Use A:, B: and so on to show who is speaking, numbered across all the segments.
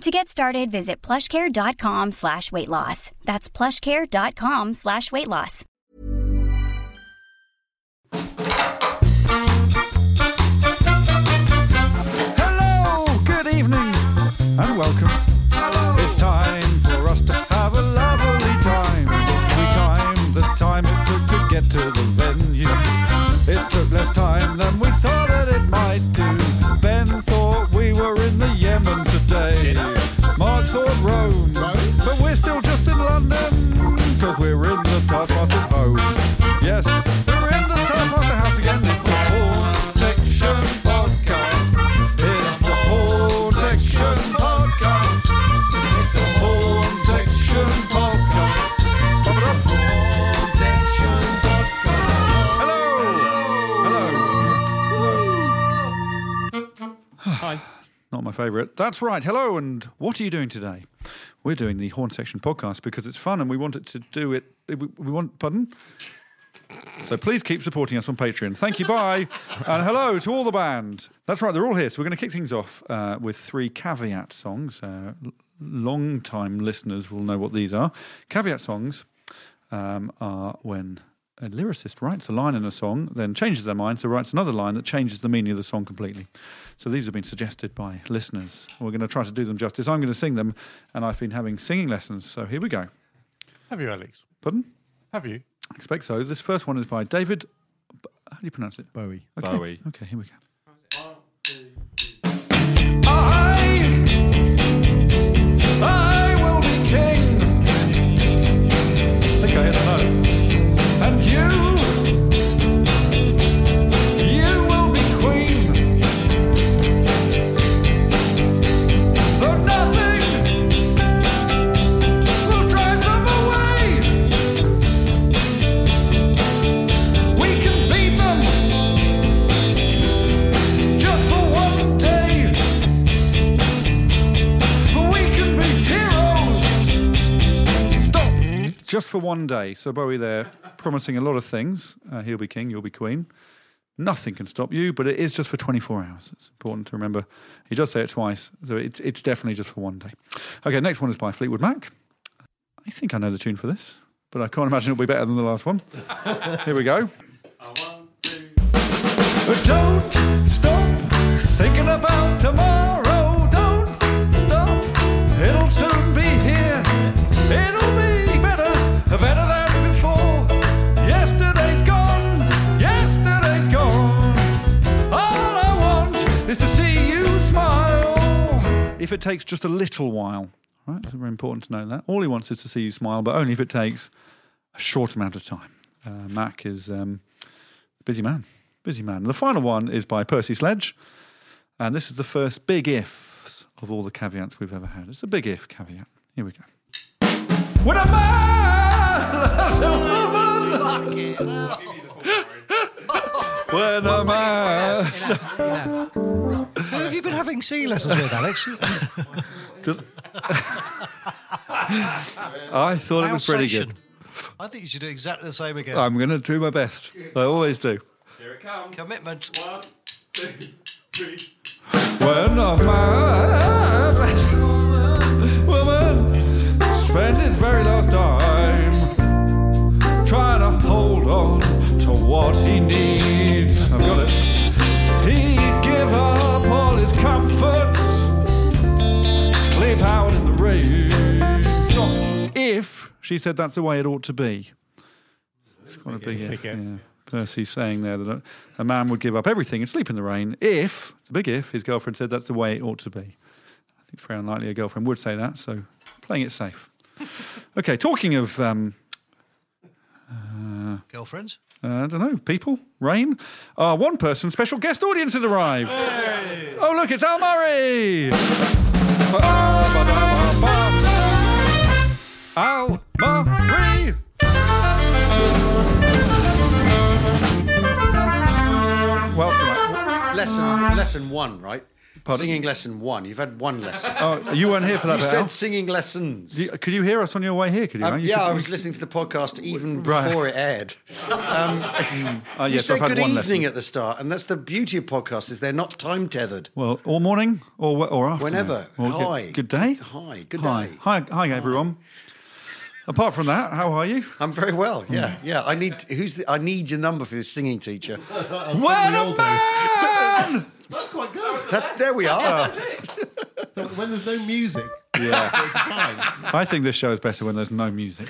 A: To get started, visit plushcare.com slash weight loss. That's plushcare.com slash weight loss.
B: Hello, good evening, and welcome. It's time for us to have a lovely time. We timed the time it took to get to the venue. It took less time than we thought that it might do. Ben thought we were in the Yemen today. Mark thought Rome, but we're still just in London, because we're in the Taskmaster's home. Yes, we're in the Taskmaster house again. It's the Horn Section Podcast. It's the Horn Section Podcast. It's the Horn Section Podcast. Pop it up. Hello. Hello.
C: Hi.
B: Not my favourite. That's right. Hello, and what are you doing today? We're doing the Horn Section podcast because it's fun and we want it to do it. We, we want, pardon? So please keep supporting us on Patreon. Thank you. Bye. and hello to all the band. That's right. They're all here. So we're going to kick things off uh, with three caveat songs. Uh, Long time listeners will know what these are. Caveat songs um, are when a lyricist writes a line in a song, then changes their mind, so writes another line that changes the meaning of the song completely. So these have been suggested by listeners. We're going to try to do them justice. I'm going to sing them, and I've been having singing lessons. So here we go.
C: Have you, Alex?
B: Pardon?
C: Have you?
B: I expect so. This first one is by David. How do you pronounce it?
D: Bowie.
B: Okay.
E: Bowie.
B: Okay, here we go. I will be king. Think I hit a note. And you, you will be queen. Though nothing will drive them away. We can beat them just for one day. For we can be heroes. Stop. Just for one day. So Bowie there promising a lot of things. Uh, he'll be king, you'll be queen. Nothing can stop you, but it is just for 24 hours. It's important to remember. He does say it twice, so it's, it's definitely just for one day. Okay, next one is by Fleetwood Mac. I think I know the tune for this, but I can't imagine it'll be better than the last one. Here we go. But don't stop thinking about tomorrow. Don't stop. It'll soon be here. It'll be better, better than before. Yesterday's gone. Yesterday's gone. All I want is to see you smile. If it takes just a little while, right? It's very important to know that. All he wants is to see you smile, but only if it takes a short amount of time. Uh, Mac is. Um, Busy man. Busy man. And the final one is by Percy Sledge. And this is the first big ifs of all the caveats we've ever had. It's a big if caveat. Here we go. When a man loves a woman. When a man.
D: Who have you been having singing lessons with, Alex?
B: I thought it was pretty
D: Alsatian.
B: good.
D: I think you should do exactly the same again.
B: I'm going to do my best. I always do.
D: Commitment.
B: When a man loves a woman spent his very last dime trying to hold on to what he needs. I've got it. He'd give up all his comforts, sleep out in the rain. Stop. If she said that's the way it ought to be. It's quite a big if.
C: big if.
B: yeah. Percy's saying there that a- a man would give up everything and sleep in the rain if, it's a big if, his girlfriend said that's the way it ought to be. I think it's very unlikely a girlfriend would say that, so playing it safe. Okay, talking of um,
D: Girlfriends?
B: uh, I don't know, people, rain. Our one person special guest audience has arrived. Oh, look, it's Al Murray. Al Murray.
F: lesson one, right?
B: Pardon?
F: Singing lesson one. You've had one lesson.
B: Oh, you weren't here for that.
F: you
B: bit,
F: said
B: Al?
F: singing lessons.
B: You- could you hear us on your way here? Could you?
F: Um,
B: man? You
F: yeah,
B: could-
F: I was listening to the podcast even
B: Right.
F: before it aired.
B: Oh,
F: you
B: yes,
F: said
B: I've had
F: good
B: one
F: evening
B: lesson.
F: at the start, and that's the beauty of podcasts is they're not time tethered.
B: Well, all morning or wh- or afternoon?
F: Whenever.
B: Or good-
F: Hi.
B: Good, day.
F: Hi. Good
B: Hi.
F: day.
B: Hi, hi, everyone. Apart from that, how are you?
F: I'm very well.
B: Hmm.
F: Yeah, yeah. I need who's the, I need your number for your singing teacher.
B: When
D: all
B: a
D: do.
B: man!
D: That's quite good.
F: That, there we are.
D: So when there's no music,
B: yeah,
D: it's fine.
B: I think this show is better when there's no music.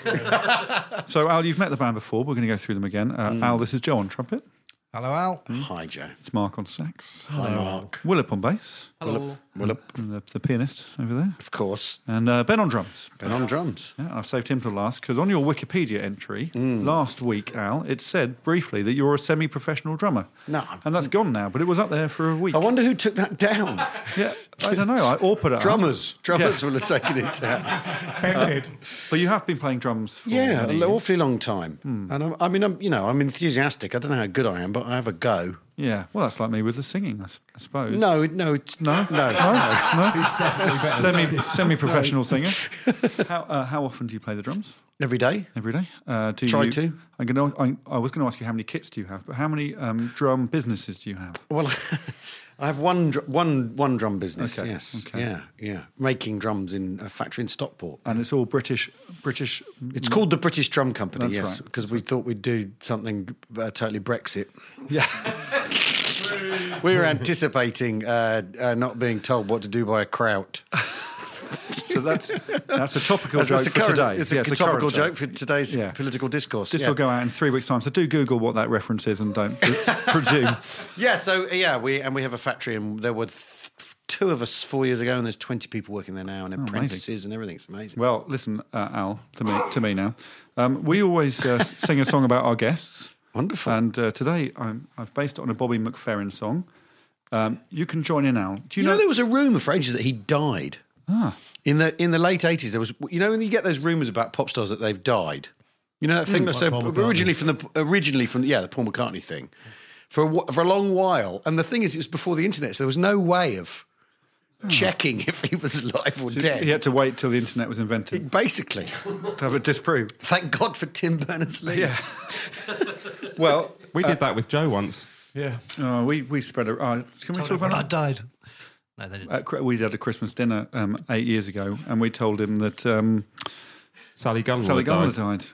B: so, Al, you've met the band before. We're going to go through them again. Uh,
F: Mm.
B: Al, this is Joe on trumpet. Hello, Al.
F: Hmm. Hi, Joe.
B: It's Mark on sax.
F: Hi, Mark.
B: Willip on bass.
D: Hello.
F: Well,
B: And the, the pianist over there.
F: of course.
B: And uh, Ben on drums.
F: Been on drums.
B: Yeah, I've saved him till last because on your Wikipedia entry
F: Mm.
B: last week, Al, it said briefly that you're a semi-professional drummer.
F: No.
B: and that's gone now. But it was up there for a week.
F: I wonder who took that down.
B: yeah, I don't know. I or put it up.
F: Drummers. Drummers will have taken it down.
G: Offended.
C: Uh,
B: but you have been playing drums. For
F: Yeah,
B: many
F: an
B: years.
F: awfully long time.
B: Hmm.
F: And I'm, I mean, I'm, you know, I'm enthusiastic. I don't know how good I am, but I have a go.
B: yeah. Well, that's like me with the singing, I, s- I suppose.
F: No, no, it's,
B: no,
F: no,
B: no. Semi semi-professional singer. How uh, how often do you play the drums?
F: Every day.
B: Every day. Uh, do
F: Try
B: you,
F: to.
B: I'm gonna. I, I was going to ask you how many kits do you have, but how many um, drum businesses do you have?
F: Well, I have one, dr- one, one drum business.
B: Okay,
F: Yes.
B: okay.
F: Yeah. Yeah. Making drums in a factory in Stockport.
B: And it's all British British
F: It's called the British Drum Company.
B: Hmm. That's
F: yes,
B: right.
F: because we thought we'd do something uh, totally Brexit.
B: Yeah.
F: We were anticipating uh, uh, not being told what to do by a kraut.
B: So that's that's a topical
F: That's-
B: joke
F: that's
B: for
F: a current-
B: today.
F: It's a
B: Yeah,
F: c-
B: current
F: topical joke for today's
B: Yeah.
F: political discourse.
B: This
F: yeah.
B: will go out in three weeks' time. So do Google what that reference is and don't pre- presume.
F: Yeah, so uh, yeah, we and we have a factory, and there were th- th- two of us four years ago, and there's 20 people working there now, and apprentices and everything. It's amazing.
B: Oh, Well, listen, uh, Al, to me, to me now. Um, we always uh, s- sing a song about our guests,
F: Wonderful.
B: and uh, today I'm, I've based it on a Bobby McFerrin song. Um, you can join in, Al. Do you,
F: you
B: know? Ah.
F: know, there was a rumor for ages that he died. In the in the late 80s, there was you know when you get those rumors about pop stars that they've died. You know that
B: Mm.
F: thing. that's so
D: Paul McCartney.
F: originally from the originally from yeah the Paul McCartney thing for a, wh- for a long while, and the thing is, it was before the internet, so there was no way of checking if he was alive or dead.
B: Ah. he had to wait till the internet was invented
F: Basically,
B: to have it disproved.
F: thank God for Tim Berners Lee.
B: Well,
H: We did that with Joe once.
G: Yeah.
B: uh, we we spread it. Uh, can we talk about
D: I died. No, they didn't.
B: at, Cri- we had a Christmas dinner um, eight years ago, and we told him that um,
H: Sally Gunn.
B: Sally
H: died.
B: Gunn had died.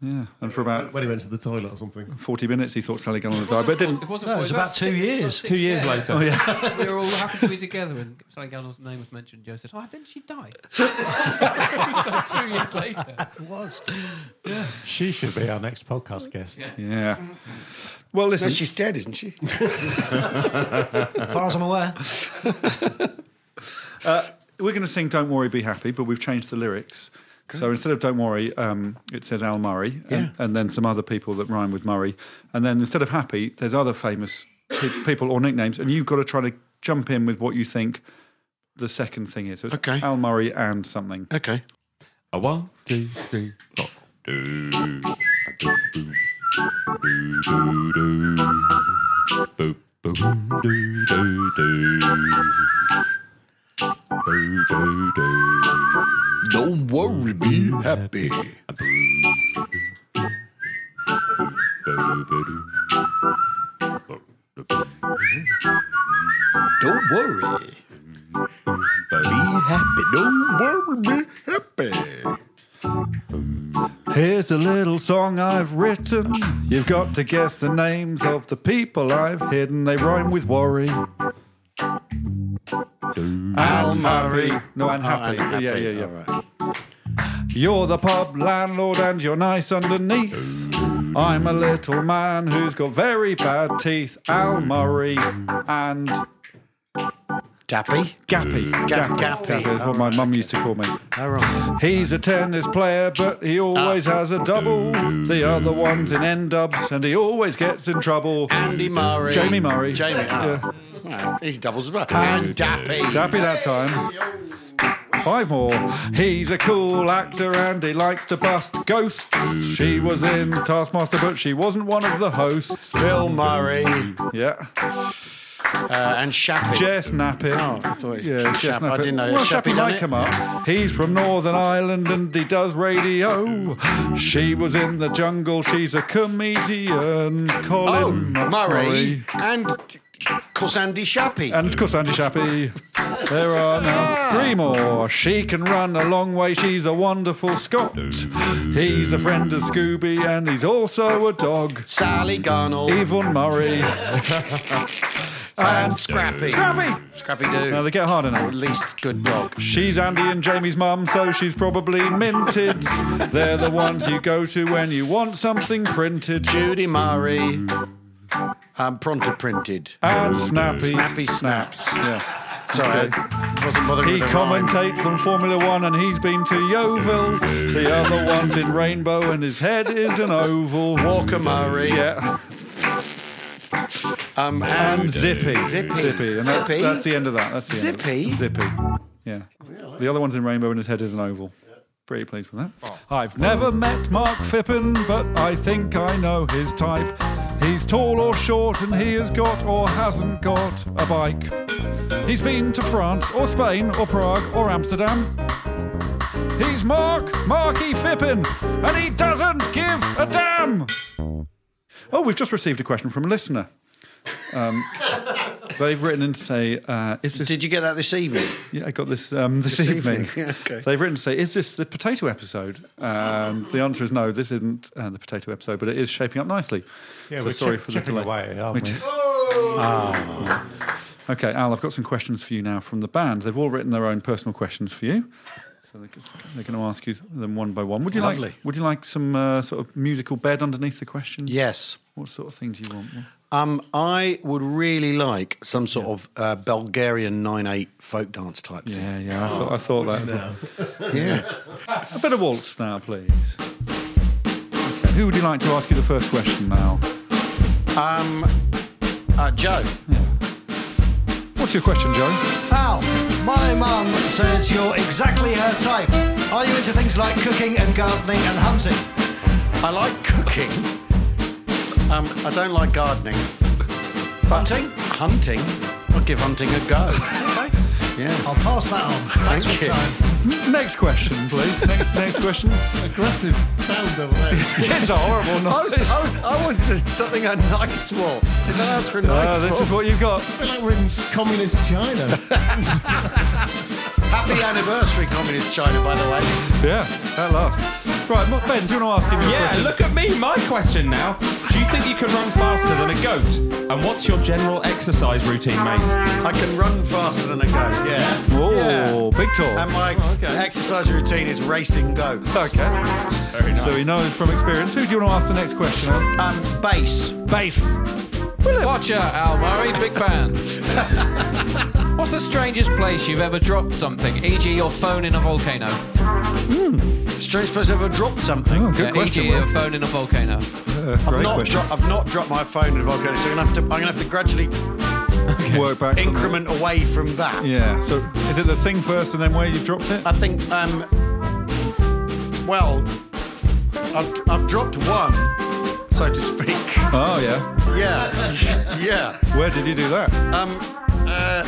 B: Yeah, and for about
D: when he went to the toilet or something.
B: forty minutes, he thought Sally Gunn had died, but it didn't.
I: It wasn't.
D: No,
I: for-
D: it was about two
I: six-
D: years.
I: six-
H: Two years
I: yeah.
B: Oh,
H: later.
I: We were all happy to be together, and Sally Gallon's name was mentioned. Joe said, "Oh, didn't she die?" so two years later,
D: It was.
G: She should be our next podcast guest.
B: Yeah. Well, listen.
F: Mm. No, she's dead, isn't she?
D: As far as I'm aware.
B: uh, We're going to sing "Don't Worry, Be Happy," but we've changed the lyrics. So instead of "Don't Worry," um, it says Al Murray, and, and then some other people that rhyme with Murray, and then instead of "Happy," there's other famous pe- people or nicknames, and you've got to try to jump in with what you think the second thing is. So it's
F: Okay.
B: Al Murray and something.
F: Okay.
H: A one, two, three, four. Do, do, do, do, do, do. Boo, boo, do, do, do. Boo, do, do.
F: Don't worry, be happy.
H: Boo, boo, do.
F: Don't worry. Be happy. Don't worry, be happy.
B: Here's a little song I've written. You've got to guess the names of the people I've hidden. They rhyme with worry. Al Murray. Oh, No, unhappy.
F: Unhappy.
B: Yeah, yeah, yeah.
F: All right.
B: You're the pub landlord and you're nice underneath. I'm a little man who's got very bad teeth. Al Murray and
F: Dappy.
B: Gappy.
F: Gap-
B: Gappy.
F: Gappy.
B: Gappy is what my mum used to call me.
F: All right.
B: He's a tennis player, but he always has a double. The other one's in end dubs, and he always gets in trouble.
F: Andy Murray.
B: Jamie Murray.
F: Jamie.
B: Yeah.
F: Oh. Wow, He's doubles as well. And Dappy.
B: Dappy that time. Five more. He's a cool actor and he likes to bust ghosts. She was in Taskmaster, but she wasn't one of the hosts.
F: Bill Murray.
B: Yeah.
F: Uh, and Shappy.
J: Jess Nappy.
F: Oh, I thought it was
J: yeah,
F: Shap-
J: Jess
F: I
J: Nappy.
F: didn't know.
J: Well,
F: Has Shappy
J: Shappy
F: done
J: might
F: it?
J: come up. He's from Northern Ireland and he does radio. She was in the jungle. She's a comedian.
F: oh,
J: Colin
F: Murray. And, of course, Andy Shappy.
J: And of course, Andy Shappy. There are now three more. She can run a long way. She's a wonderful Scot. He's a friend of Scooby and he's also a dog.
F: Sally Garnell.
J: Yvonne Murray.
F: and Scrappy.
J: Scrappy!
F: Scrappy
J: Now
F: Doo.
J: they get harder now.
F: At least good dog.
J: She's Andy and Jamie's mum, so she's probably minted. They're the ones you go to when you want something printed.
F: Judy Murray. Um, pronto printed.
J: And Snappy.
F: Snappy snaps.
J: Yeah.
F: Sorry,
J: Okay.
F: I wasn't bothering
J: He
F: with the rhyme.
J: commentates on Formula One and he's been to Yeovil. The other one's in Rainbow and his head is an oval.
F: Walker Murray.
J: Yeah.
F: Um,
J: And
F: and
J: Zippy.
F: Zippy.
J: Zippy. And that's,
F: Zippy?
J: that's the end of that. That's the end of it.
F: Zippy?
J: Zippy. Yeah. The other one's in Rainbow and his head is an oval. Pretty pleased with that.
F: Oh.
J: I've never met Mark Fippen, but I think I know his type. He's tall or short, and he has got or hasn't got a bike. He's been to France or Spain or Prague or Amsterdam. He's Mark Marky Fippen, and he doesn't give a damn. Oh, we've just received a question from a listener. Um, they've written in to say, uh, "Is this
F: did you get that this evening?
J: yeah, I got this um, this, evening.
F: evening. Yeah, okay.
J: They've written to say, "Is this the potato episode?" Um, the answer is no. This isn't uh, the potato episode, but it is shaping up nicely.
C: Yeah,
J: So
C: we're
J: sorry
C: chip-
J: for the
C: chipping
J: delay.
C: away, aren't
J: Which-
C: we?
J: Ah. Okay, Al, I've got some questions for you now from the band. They've all written their own personal questions for you, so they're, they're going to ask you them one by one. Would you
F: Lovely.
J: like? Would you like some uh, sort of musical bed underneath the questions?
F: Yes.
J: What sort of thing do you want?
F: Um, I would really like some sort of uh, Bulgarian 9-8 folk dance type thing.
J: Yeah, yeah. I thought, I thought that. as well.
F: Yeah.
J: A bit of waltz now, please. Okay, Who would you like to ask you the first question now?
F: Um, uh, Joe.
J: What's your question, Joe?
D: Al, my mum says you're exactly her type. Are you into things like cooking and gardening and hunting?
F: I like cooking. Um, I don't like gardening.
D: Hunting?
F: Hunting. I'll give hunting a go.
D: Okay.
F: Yeah.
D: I'll pass that on. Thanks
F: Thank
D: for
F: you.
D: your time.
J: Next question, please. Next, next question.
D: Aggressive sound of it.
J: It's a horrible
F: I, was,
J: noise.
F: I, was, I wanted something a nice waltz. Did I ask for a nice
J: Ah, this
F: waltz?
J: is what you've got.
D: feel like we're in communist China.
F: Happy anniversary, Communist China, by the way.
J: Yeah, at last. Right, Ma- Ben, do you want to ask him your
K: Yeah,
J: question?
K: look at me. My question now. Do you think you can run faster than a goat? And what's your general exercise routine, mate?
F: I can run faster than a goat, yeah.
J: Oh, big talk.
F: And my exercise routine is racing goats.
J: okay.
K: Very nice.
J: So he knows from experience. Who do you want to ask the next question? Al?
F: Um, base.
J: Base.
I: Watcher Al Murray, big fan. What's the strangest place you've ever dropped something, e.g., your phone in a volcano?
F: Strange place I've ever dropped something.
J: Oh, good
I: Yeah,
J: question.
I: e.g.,
J: Will.
I: Uh, e your phone in a volcano.
F: E I've,
J: Great
F: not
J: question.
F: dro- I've not dropped my phone in a volcano, so I'm gonna have to, I'm gonna have to gradually
J: Work back. from
F: increment away from that.
J: that. Yeah. So is it the thing first and then where you've dropped it?
F: I think, um, well, I've, I've dropped one, so to speak.
J: Oh yeah.
F: Yeah, yeah.
J: Where did you do that?
F: Um, uh,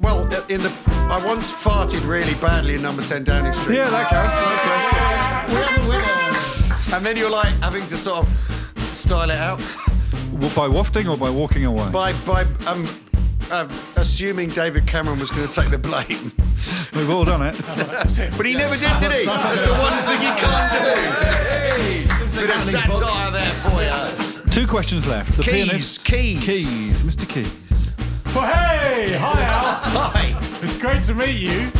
F: well, in the, I once farted really badly in Number Ten Downing Street.
J: Yeah, that counts.
F: We have a winner. And then you're like having to sort of style it out
J: Okay. Well, by wafting or by walking away?
F: by by um, um assuming David Cameron was going to take the blame.
J: We've all done it.
F: But he never did, did he? That's the one thing he can't do. Hey, bit of satire there for you.
J: Two questions left. The
F: Keys,
J: pianist.
F: keys.
J: Keys. Mr. Keys.
C: Well, hey, hi Al.
F: Hi.
C: It's great to meet you.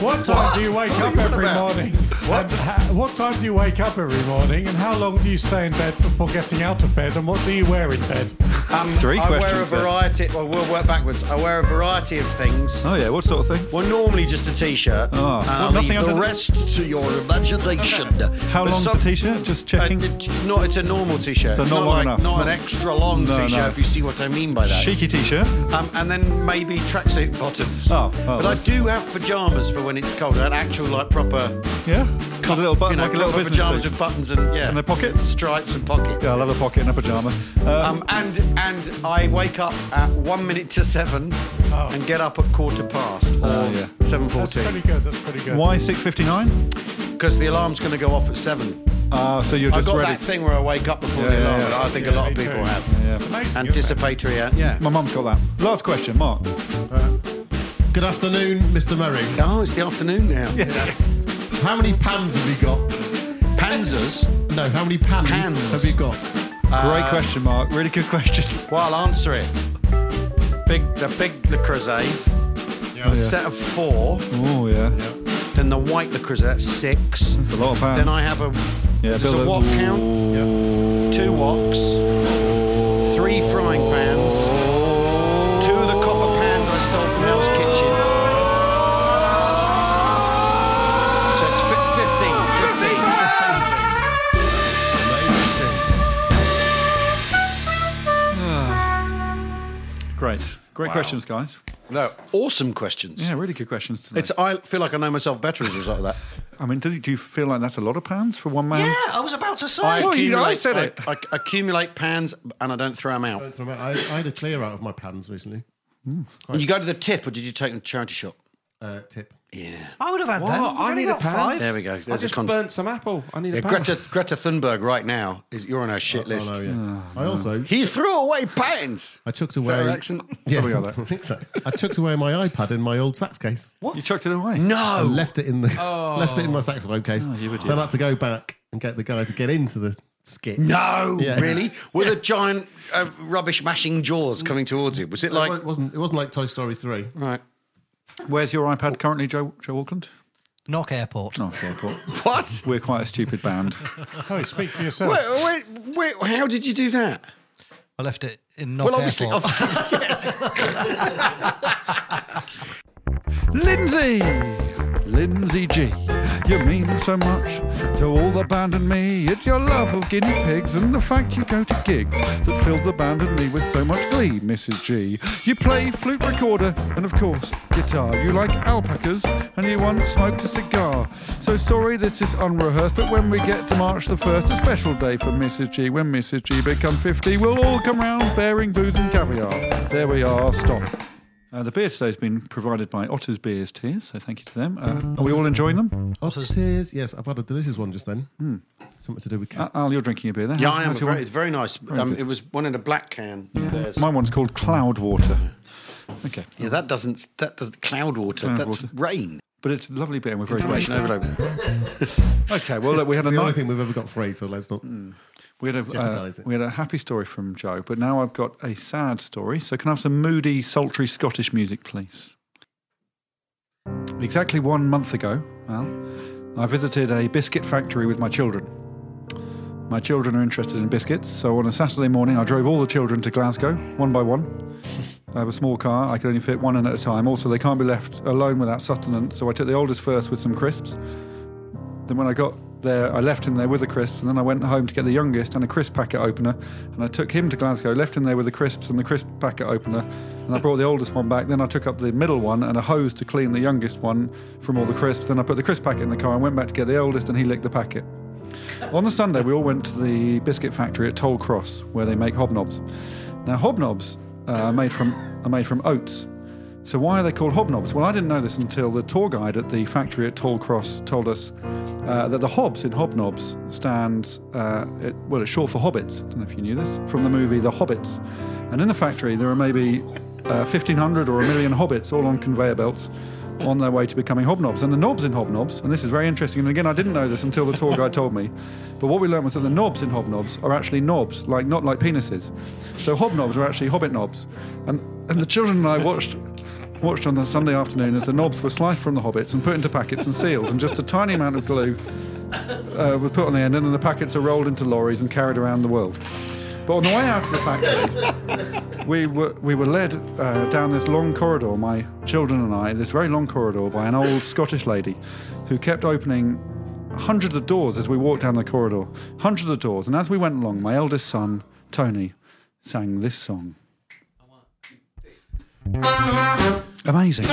C: What time
F: What?
C: do you wake
F: What are
C: up
F: you on
C: every
F: about?
C: morning? What? ha- what time do you wake up every morning? And how long do you stay in bed before getting out of bed? And what do you wear in bed?
F: Um,
J: Three
F: I wear a
J: questions there.
F: variety. Well, we'll work backwards. I wear a variety of things.
J: Oh yeah. What sort of thing?
F: Well, normally just a t-shirt.
J: Oh.
F: and
J: Well,
F: I'll
J: nothing
F: leave
J: under
F: the
J: the-
F: rest to your imagination.
J: How
F: But
J: long's
F: some-
J: the t-shirt? Just checking.
F: Uh, it- not, it's a normal t-shirt.
J: So
F: it's
J: not
F: not
J: long
F: like,
J: enough.
F: Not an
J: Not-
F: extra long
J: No,
F: t-shirt,
J: no.
F: if you see what I mean by that.
J: Cheeky t-shirt.
F: Um, and then maybe tracksuit bottoms.
J: Oh, oh,
F: but I
J: that's-
F: do have pyjamas for when it's cold. An actual, like, proper,
B: Yeah, With a little button,
F: you know,
B: like a little
F: proper
B: business
F: pajamas
B: suit.
F: with buttons and yeah,
B: And a pocket?
F: stripes and pockets.
B: Yeah, I love a pocket and a pajama. Uh,
F: Um, and and I wake up at one minute to seven, and get up at quarter past or
B: Oh, yeah.
F: seven
G: That's pretty
F: fourteen
G: good. That's pretty
F: Um,
G: good.
B: why six fifty nine?
F: because the alarm's going to go off at seven.
B: Ah, so you're
F: I've
B: just
F: got
B: ready.
F: that thing where I wake up before
B: Yeah,
F: the
B: yeah,
F: alarm.
B: yeah.
F: and I think a
G: Yeah,
F: lot of
G: me too.
F: people have
B: Yeah.
G: Amazing, isn't it?
F: anticipatory. Uh, yeah.
B: My mum's got that. Last question, Mark.
C: Uh,
L: Good afternoon, Mr. Murray.
F: Oh, it's the afternoon now.
L: How many pans have you got?
F: Panzers.
L: No, how many pans,
F: Pans.
L: have you got?
F: Uh,
B: Great question, Mark. Really good question.
F: Well, I'll answer it. Big, the big Le Creuset, a set of four.
B: Oh yeah,
F: Then the white Le Creuset, that's six.
B: it's a lot of pounds.
F: Then I have a,
B: Yeah,
F: there's
B: Bill,
F: a
B: uh,
F: wok count, two woks, three frying pans, two of the copper pans I stole from Mel's kitchen. So it's fi- 15, 15.
B: Great, great questions, guys.
F: No, awesome questions.
B: Yeah, really good questions today.
F: It's. I feel like I know myself better as a result of that.
B: I mean, do you, do you feel like that's a lot of pounds for one man?
D: Yeah, I was about to say.
B: Oh, you know, I said
F: I,
B: it.
F: I accumulate pans and I don't throw them out.
L: I, I had a clear out of my pans recently.
F: You go to the tip, or did you take them to charity shop?
L: Uh, tip.
F: Yeah.
D: I would have had that.
M: What? I
D: I've only
M: need a
D: got
M: pan.
D: five.
F: There we go.
M: I
F: There's a
M: just
F: con-
M: burnt some apple. I need
F: yeah,
M: a pan.
F: Greta Greta Thunberg right now is you're on her shit list. Ah.
L: Oh, no, yeah. I also,
F: He threw away pans.
L: I chucked
F: Is that
L: away.
F: her accent?
L: Yeah,
B: Something like
L: I think so. I chucked away my iPad in my old sax case.
B: You chucked it away.
L: I
F: No.
L: left it in the
F: Oh.
L: left it in my saxophone case. then I had to go back and get the guy to get into the skit.
F: No,
L: Yeah.
F: really? Were the giant uh, rubbish mashing jaws coming towards you? Was it like
L: it wasn't it wasn't like Toy Story three.
F: right?
B: Where's your iPad currently, Joe? Joe Auckland?
D: Knock Airport.
B: Nice airport.
F: What?
B: We're quite a stupid band.
G: Hey, speak for yourself.
F: Wait, wait, wait, how did you do that?
D: I left it in Knock
F: well, obviously,
D: Airport.
F: obviously, yes.
B: Lindsay, Lindsay G, you mean so much to all the band and me. It's your love of guinea pigs and the fact you go to gigs that fills the band and me with so much glee, Mrs. G. You play flute recorder and, of course, guitar. You like alpacas and you once smoked a cigar. So sorry this is unrehearsed, but when we get to March the 1st, a special day for Mrs. G. When Mrs. G become 50, we'll all come round bearing booze and caviar. There we are, stop. Uh, the beer today has been provided by Otter's Beers Tears, so thank you to them. Uh, are we all enjoying them?
L: Otters tears. Yes, I've had a delicious one just then.
F: Hmm.
L: Something to do with
B: Uh,
L: cats.
B: Al, you're drinking a beer there.
F: yeah,
B: How's-
F: I am.
B: how's your
F: Very,
B: one?
F: it's very nice. Um,
B: good.
F: it was one in a black can. There's-
B: My one's called Cloud Water. Okay.
F: Yeah, that doesn't. That doesn't. Cloud water.
B: Cloud
F: that's
B: water.
F: rain.
B: But it's a lovely beer and we're very
F: Information
B: grateful.
F: overload.
B: Okay, well, look, we had a
L: the only
B: nice,
L: thing we've ever got free, so let's not.
B: we had a, uh,
L: jeopardise it.
B: we had a happy story from Joe, but now I've got a sad story. So can I have some moody, sultry Scottish music, please? Exactly one month ago, Al, I visited a biscuit factory with my children. My children are interested in biscuits, so on a Saturday morning, I drove all the children to Glasgow, one by one. I have a small car, I can only fit one in at a time. Also, they can't be left alone without sustenance, so I took the oldest first with some crisps. Then, when I got there, I left him there with the crisps, and then I went home to get the youngest and a crisp packet opener, and I took him to Glasgow, left him there with the crisps and the crisp packet opener, and I brought the oldest one back. Then I took up the middle one and a hose to clean the youngest one from all the crisps. Then I put the crisp packet in the car and went back to get the oldest, and he licked the packet. On the Sunday, we all went to the biscuit factory at Toll Cross, where they make hobnobs. Now, hobnobs uh, are made from are made from oats. So why are they called hobnobs? Well, I didn't know this until the tour guide at the factory at Toll Cross told us uh, that the hobs in hobnobs stands uh, it, well, it's short for hobbits. I don't know if you knew this from the movie The Hobbits. And in the factory, there are maybe uh, 1,500 or a million hobbits all on conveyor belts on their way to becoming hobnobs. And the knobs in hobnobs, and this is very interesting, and again, I didn't know this until the tour guide told me, but what we learned was that the knobs in hobnobs are actually knobs, like not like penises. So hobnobs are actually hobbit knobs. And, and the children and I watched. Watched on the Sunday afternoon as the knobs were sliced from the hobbits and put into packets and sealed, and just a tiny amount of glue uh, was put on the end, and then the packets are rolled into lorries and carried around the world. But on the way out of the factory, we were we were led uh, down this long corridor, my children and I, this very long corridor by an old Scottish lady, who kept opening hundreds of doors as we walked down the corridor, hundreds of doors. And as we went along, my eldest son Tony sang this song. Amazing.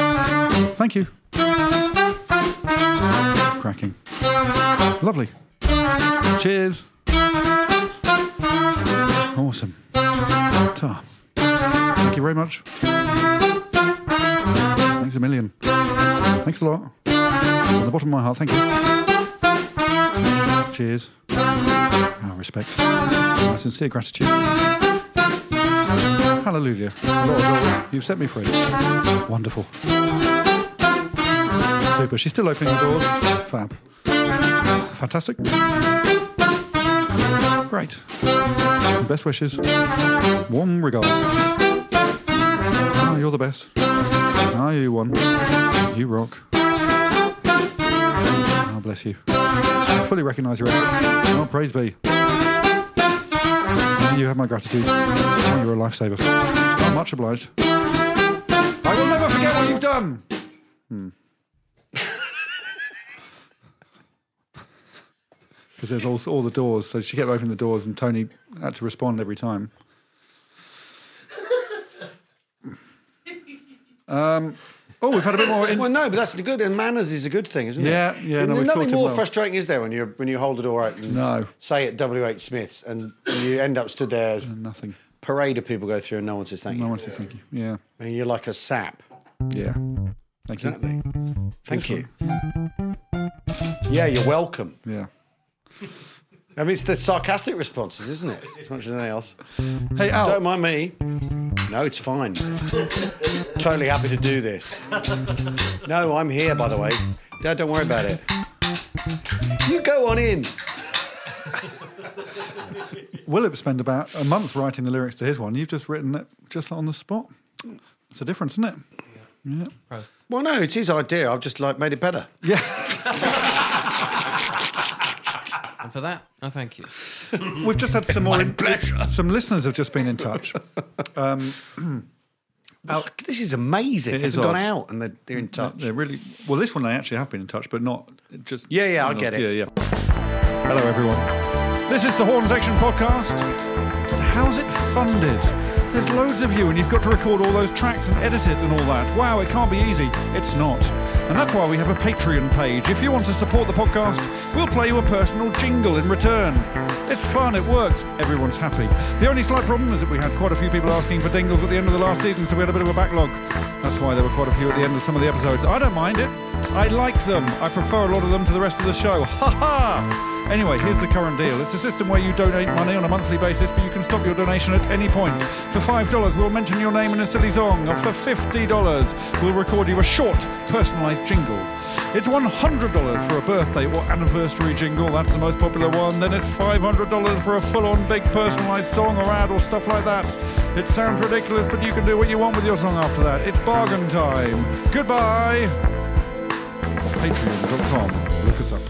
B: Thank you. Cracking. Lovely. Cheers. Awesome. Ta. Thank you very much. Thanks a million. Thanks a lot. From the bottom of my heart, thank you. Cheers. Our respect. My sincere gratitude. Hallelujah. Lord, Lord, you've set me free. Wonderful. Super. She's still opening the doors. Fab. Fantastic. Great. Best wishes. Warm regards. Ah, you're the best. Ah, you won. You rock. Ah, bless you. Fully recognise your efforts. Ah, praise be. You have my gratitude. Ah, you're a lifesaver. Ah, much obliged. I will never forget what you've done. because there's all, all the doors. So she kept opening the doors, and Tony had to respond every time. Um, oh, we've had a bit more. In-
F: Well, no, but that's good. And manners is a good thing, isn't
B: Yeah,
F: it?
B: yeah, no,
F: There's
B: we've
F: nothing
B: taught him
F: more
B: well.
F: frustrating is there when you when you hold the door open.
B: No.
F: Say at W H Smiths, and you end up stood there. as
B: Nothing.
F: Parade of people go through, and no one says thank
B: No
F: you.
B: one says thank you. Yeah,
F: And you're like a sap.
B: yeah. Thank
F: Exactly. Thank you. Yeah, you're welcome.
B: you. Yeah.
F: I mean, it's the sarcastic responses, isn't it? As much as anything else.
B: Hey Al,
F: Don't mind me. No, it's fine. totally happy to do this. No, I'm here, by the way. No, don't worry about it. You go on in.
B: Willip spent about a month writing the lyrics to his one. You've just written it just on the spot. It's a difference, isn't it?
F: Well, no, it's his idea. I've just like made it better.
I: And for that, I thank you.
B: We've just had some more. Some listeners have just been in touch.
F: Look, Oh, this is amazing.
B: It is
F: It's
B: odd.
F: gone out and they're, they're in touch.
B: They're really well. This one they actually have been in touch, but not just.
F: Yeah, yeah, I
B: no,
F: get it.
B: Yeah, yeah. Hello, everyone. This is the Horn Section podcast. How's it funded? There's loads of you, and you've got to record all those tracks and edit it and all that. Wow, it can't be easy. It's not. And that's why we have a Patreon page. If you want to support the podcast, we'll play you a personal jingle in return. It's fun, it works, everyone's happy. The only slight problem is that we had quite a few people asking for dingles at the end of the last season, so we had a bit of a backlog. That's why there were quite a few at the end of some of the episodes. I don't mind it. I like them. I prefer a lot of them to the rest of the show. Ha ha! Anyway, here's the current deal. It's a system where you donate money on a monthly basis, but you can stop your donation at any point. For $5, we'll mention your name in a silly song. Or for $50, we'll record you a short, personalised jingle. It's $100 for a birthday or anniversary jingle. That's the most popular one. Then it's $500 for a full-on big personalised song or ad or stuff like that. It sounds ridiculous, but you can do what you want with your song after that. It's bargain time. Goodbye patreon.com. Look us up.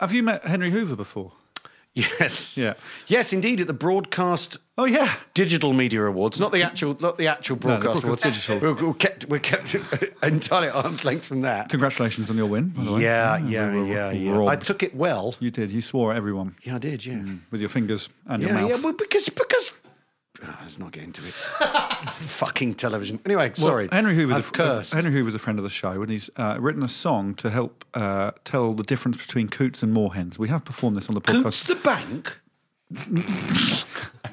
B: Have you met Henry Hoover before?
F: Yes.
B: Yeah.
F: Yes, indeed, at the broadcast
B: Oh yeah.
F: digital media awards, not the actual, not the actual
B: No, the
F: broadcast awards.
B: broadcast digital.
F: We're, we're kept, we're kept entirely at arm's length from that.
B: Congratulations on your win. By the way.
F: Yeah, yeah,
B: We were
F: yeah, yeah.
B: robbed. Mm.
F: I took it well.
B: You did. You swore at everyone
F: Yeah, I did. Yeah,
B: with your fingers and your
F: yeah,
B: mouth.
F: yeah. Well, because because Ah, let's not get into it. Fucking television. Anyway, sorry.
B: Henry Hoover's
F: I've
B: a,
F: cursed.
B: Henry Hoover's a friend of the show, and he's uh, written a song to help uh, tell the difference between coots and moorhens. We have performed this on the podcast.
F: Coots the bank.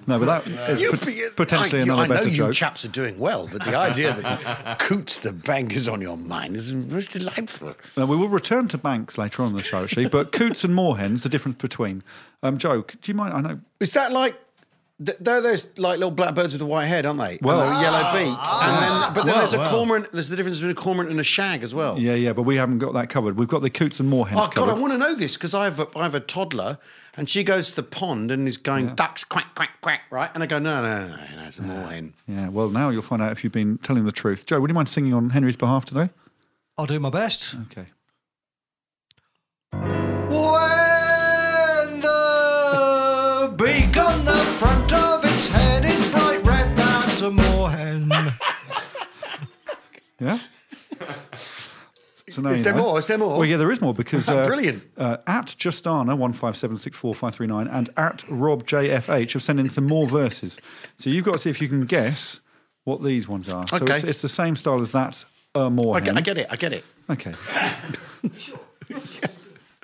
B: No, but that is
F: You
B: pot-
F: be- uh,
B: potentially
F: I,
B: another
F: I know
B: better
F: you
B: joke.
F: chaps are doing well, but the idea that Coots the bank is on your mind is most delightful.
B: Now, we will return to banks later on in the show, actually. But coots and moorhens, the difference between. Um, Joe, c- do you mind? I know
F: Is that like? th- They're those like little blackbirds with a white head, aren't they?
B: Well- Ah.
F: and a yellow beak, and then but then
L: Well,
F: there's a
L: well.
F: cormorant. There's the difference between a cormorant and a shag as well.
B: Yeah, yeah, but we haven't got that covered. We've got the coots and moorhens
F: Oh God,
B: covered.
F: I want to know this because I have a, I have a toddler and she goes to the pond and is going ducks quack quack quack right, and I go no no no no, no it's a moorhen.
B: yeah, well, now you'll find out if you've been telling the truth. Joe, would you mind singing on Henry's behalf today?
D: I'll do my best.
B: Okay.
D: When the beak on the front of its head is bright red, that's a moorhen.
B: Yeah? So now
F: Is
B: you
F: there
B: know.
F: more? Is there more?
B: Well, yeah, there is more because. Uh,
F: Brilliant.
B: Uh, at Justana, 1576459, and at RobJFH have sent in some more verses. So you've got to see if you can guess what these ones are. So
F: Okay.
B: it's, it's the same style as that a
F: I
B: Moorhen.
F: get, I get it. I get it.
B: Okay.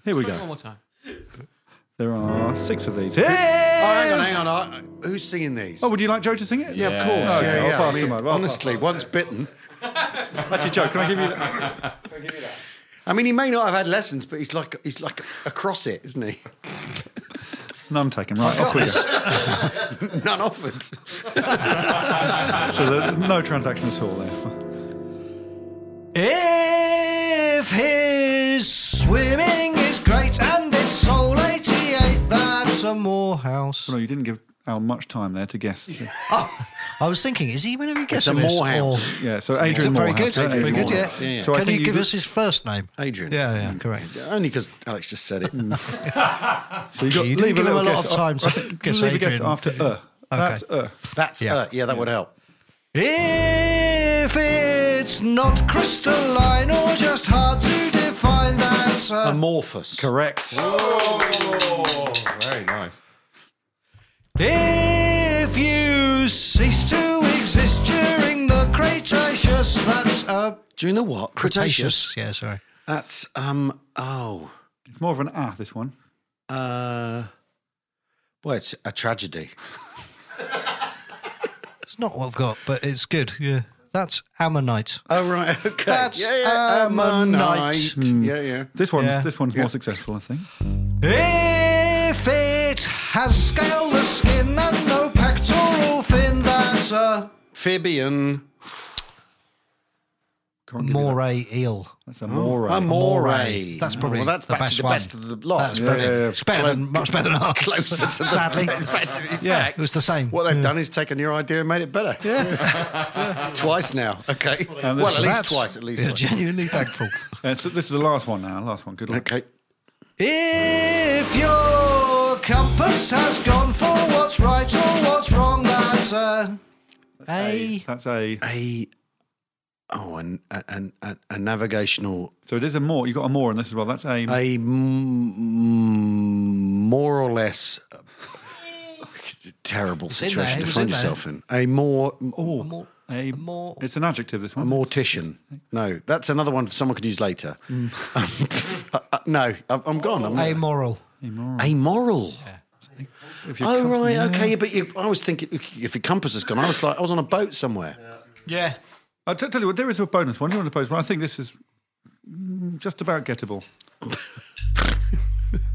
B: Here we
I: One
B: go.
I: more time.
B: There are six of these. Hey!
F: Oh, hang on, hang on. I, who's singing these?
B: Oh, would you like Joe to sing it?
F: yeah, of course.
B: Okay,
F: yeah,
B: I'll
F: yeah.
B: pass
F: I mean,
B: them over. I'll
F: honestly, once bitten.
B: Actually, Joe, can I give you that?
F: I mean, he may not have had lessons, but he's like he's like across it, isn't he?
B: No, I'm taking. Right, I'll quit. so
F: None offered.
B: there's no transaction at all there.
D: If his swimming is great and it's Soul 88, that's a Morehouse.
B: No, you didn't give Al much time there to guess.
D: I was thinking, is he going to be guessing
F: a
D: this?
F: Morehouse.
D: or-
B: Yeah, so Adrian
D: very
B: Morehouse,
D: good,
B: don't
D: very
B: Adrian
D: good, yeah.
B: Morehouse.
F: yeah.
B: So I
D: Can
B: think
D: you give
B: you-
D: us his first name?
F: Adrian.
D: Yeah, yeah, correct.
F: Only because Alex just said it.
B: So you got,
D: You didn't
B: leave
D: give him
B: little
D: a lot
B: guess
D: of time
B: a-
D: to guess
B: leave a guess
D: Adrian.
B: after uh. That's uh.
F: That's
D: Yeah.
F: yeah. yeah, that would help.
D: If it's not crystalline or just hard to define, that's a
F: Amorphous.
B: Correct.
H: Very nice.
D: If you cease to exist during the Cretaceous, that's a
F: Do you know what?
D: Cretaceous. Yeah, sorry.
F: That's um oh
B: It's more of an ah. This one.
F: uh well it's a tragedy.
D: It's not what I've got, but it's good. Yeah, that's ammonite.
F: Oh right, okay.
D: That's
F: yeah, yeah,
D: ammonite.
F: Yeah, yeah.
B: Mm. This one's
D: Yeah.
B: this one's more successful, I think.
D: If it has scaleless skin and no pectoral fin, that's a
F: Phibian.
B: Can't give you that.
D: moray eel.
B: That's a
D: Oh,
B: moray.
D: um.
F: Amore. Oh,
D: That's probably
F: well, that's
D: the
F: back
D: best
F: to the
D: one.
F: best of the lot.
D: That's
F: isn't
D: better.
F: it?
D: It's better than, much better than ours.
F: Closer to the
D: Sadly.
F: In fact, in
B: Yeah.
F: fact,
D: It was the same.
F: What they've done is taken your idea and made it better. it's twice now. Okay.
B: this
F: Well, at least
D: That's-
F: twice. At least
D: Yeah,
F: twice.
D: genuinely thankful.
B: Uh, so this is the last one now. Last one. Good luck.
F: Okay.
D: If your compass has gone for what's right or what's wrong, that's a. A.
B: That's a.
F: A oh, an, an, an, a navigational
B: So it is a more. You got a more in this as well. That's a.
F: a m- more or less terrible
D: in there,
F: situation
D: it
F: to
D: was
F: find
D: in there.
F: yourself in. A more
B: oh,
D: more-
B: a,
D: more-
B: It's an adjective. This one.
F: mortician. No, that's another one someone could use later.
D: Mm.
F: Uh, uh, no, I'm I'm gone. I'm not-
D: Amoral.
F: amoral.
B: If you're
F: Oh
B: com-
F: right, okay. But you, I was thinking if your compass has gone, I was like I was on a boat somewhere.
D: Yeah.
B: I'll t- tell you what. There is a bonus one. Do you want to post one? I think this is mm, just about gettable.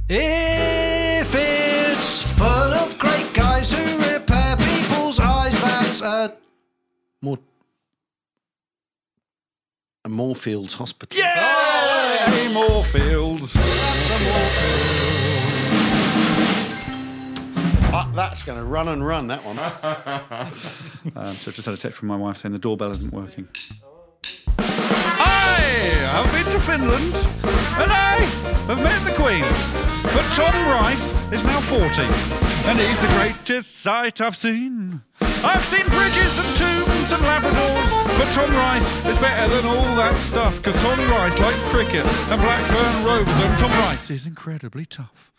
D: If it's full of great guys who repair people's eyes, that's a.
F: More. A Moorfields Hospital.
B: Yeah. a more fields.
F: Ah, that's going to run and run, that one.
B: Um, so I just had a text from my wife saying the doorbell isn't working.
J: I have been to Finland and I have met the Queen. But Tom Rice is now 40 and he's the greatest sight I've seen. I've seen bridges and tombs and Labradors, but Tom Rice is better than all that stuff because Tom Rice likes cricket and Blackburn Rovers and Tom Rice is incredibly tough.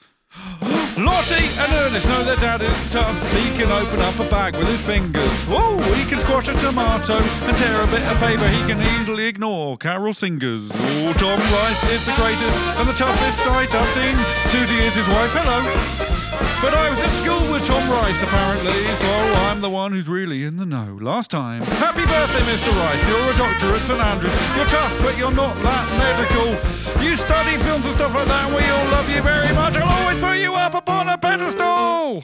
J: Lottie and Ernest know their dad is tough. He can open up a bag with his fingers. Whoa, he can squash a tomato and tear a bit of paper he can easily ignore. Carol singers. Oh, Tom Rice is the greatest and the toughest sight I've seen. Susie is his wife. Hello. But I was at school with Tom Rice, apparently, so I'm the one who's really in the know. Last time. Happy birthday, Mr. Rice. You're a doctor at St. Andrews. You're tough, but you're not that medical. You study films and stuff like that, and we all love you very much. I'll always put you up upon a pedestal.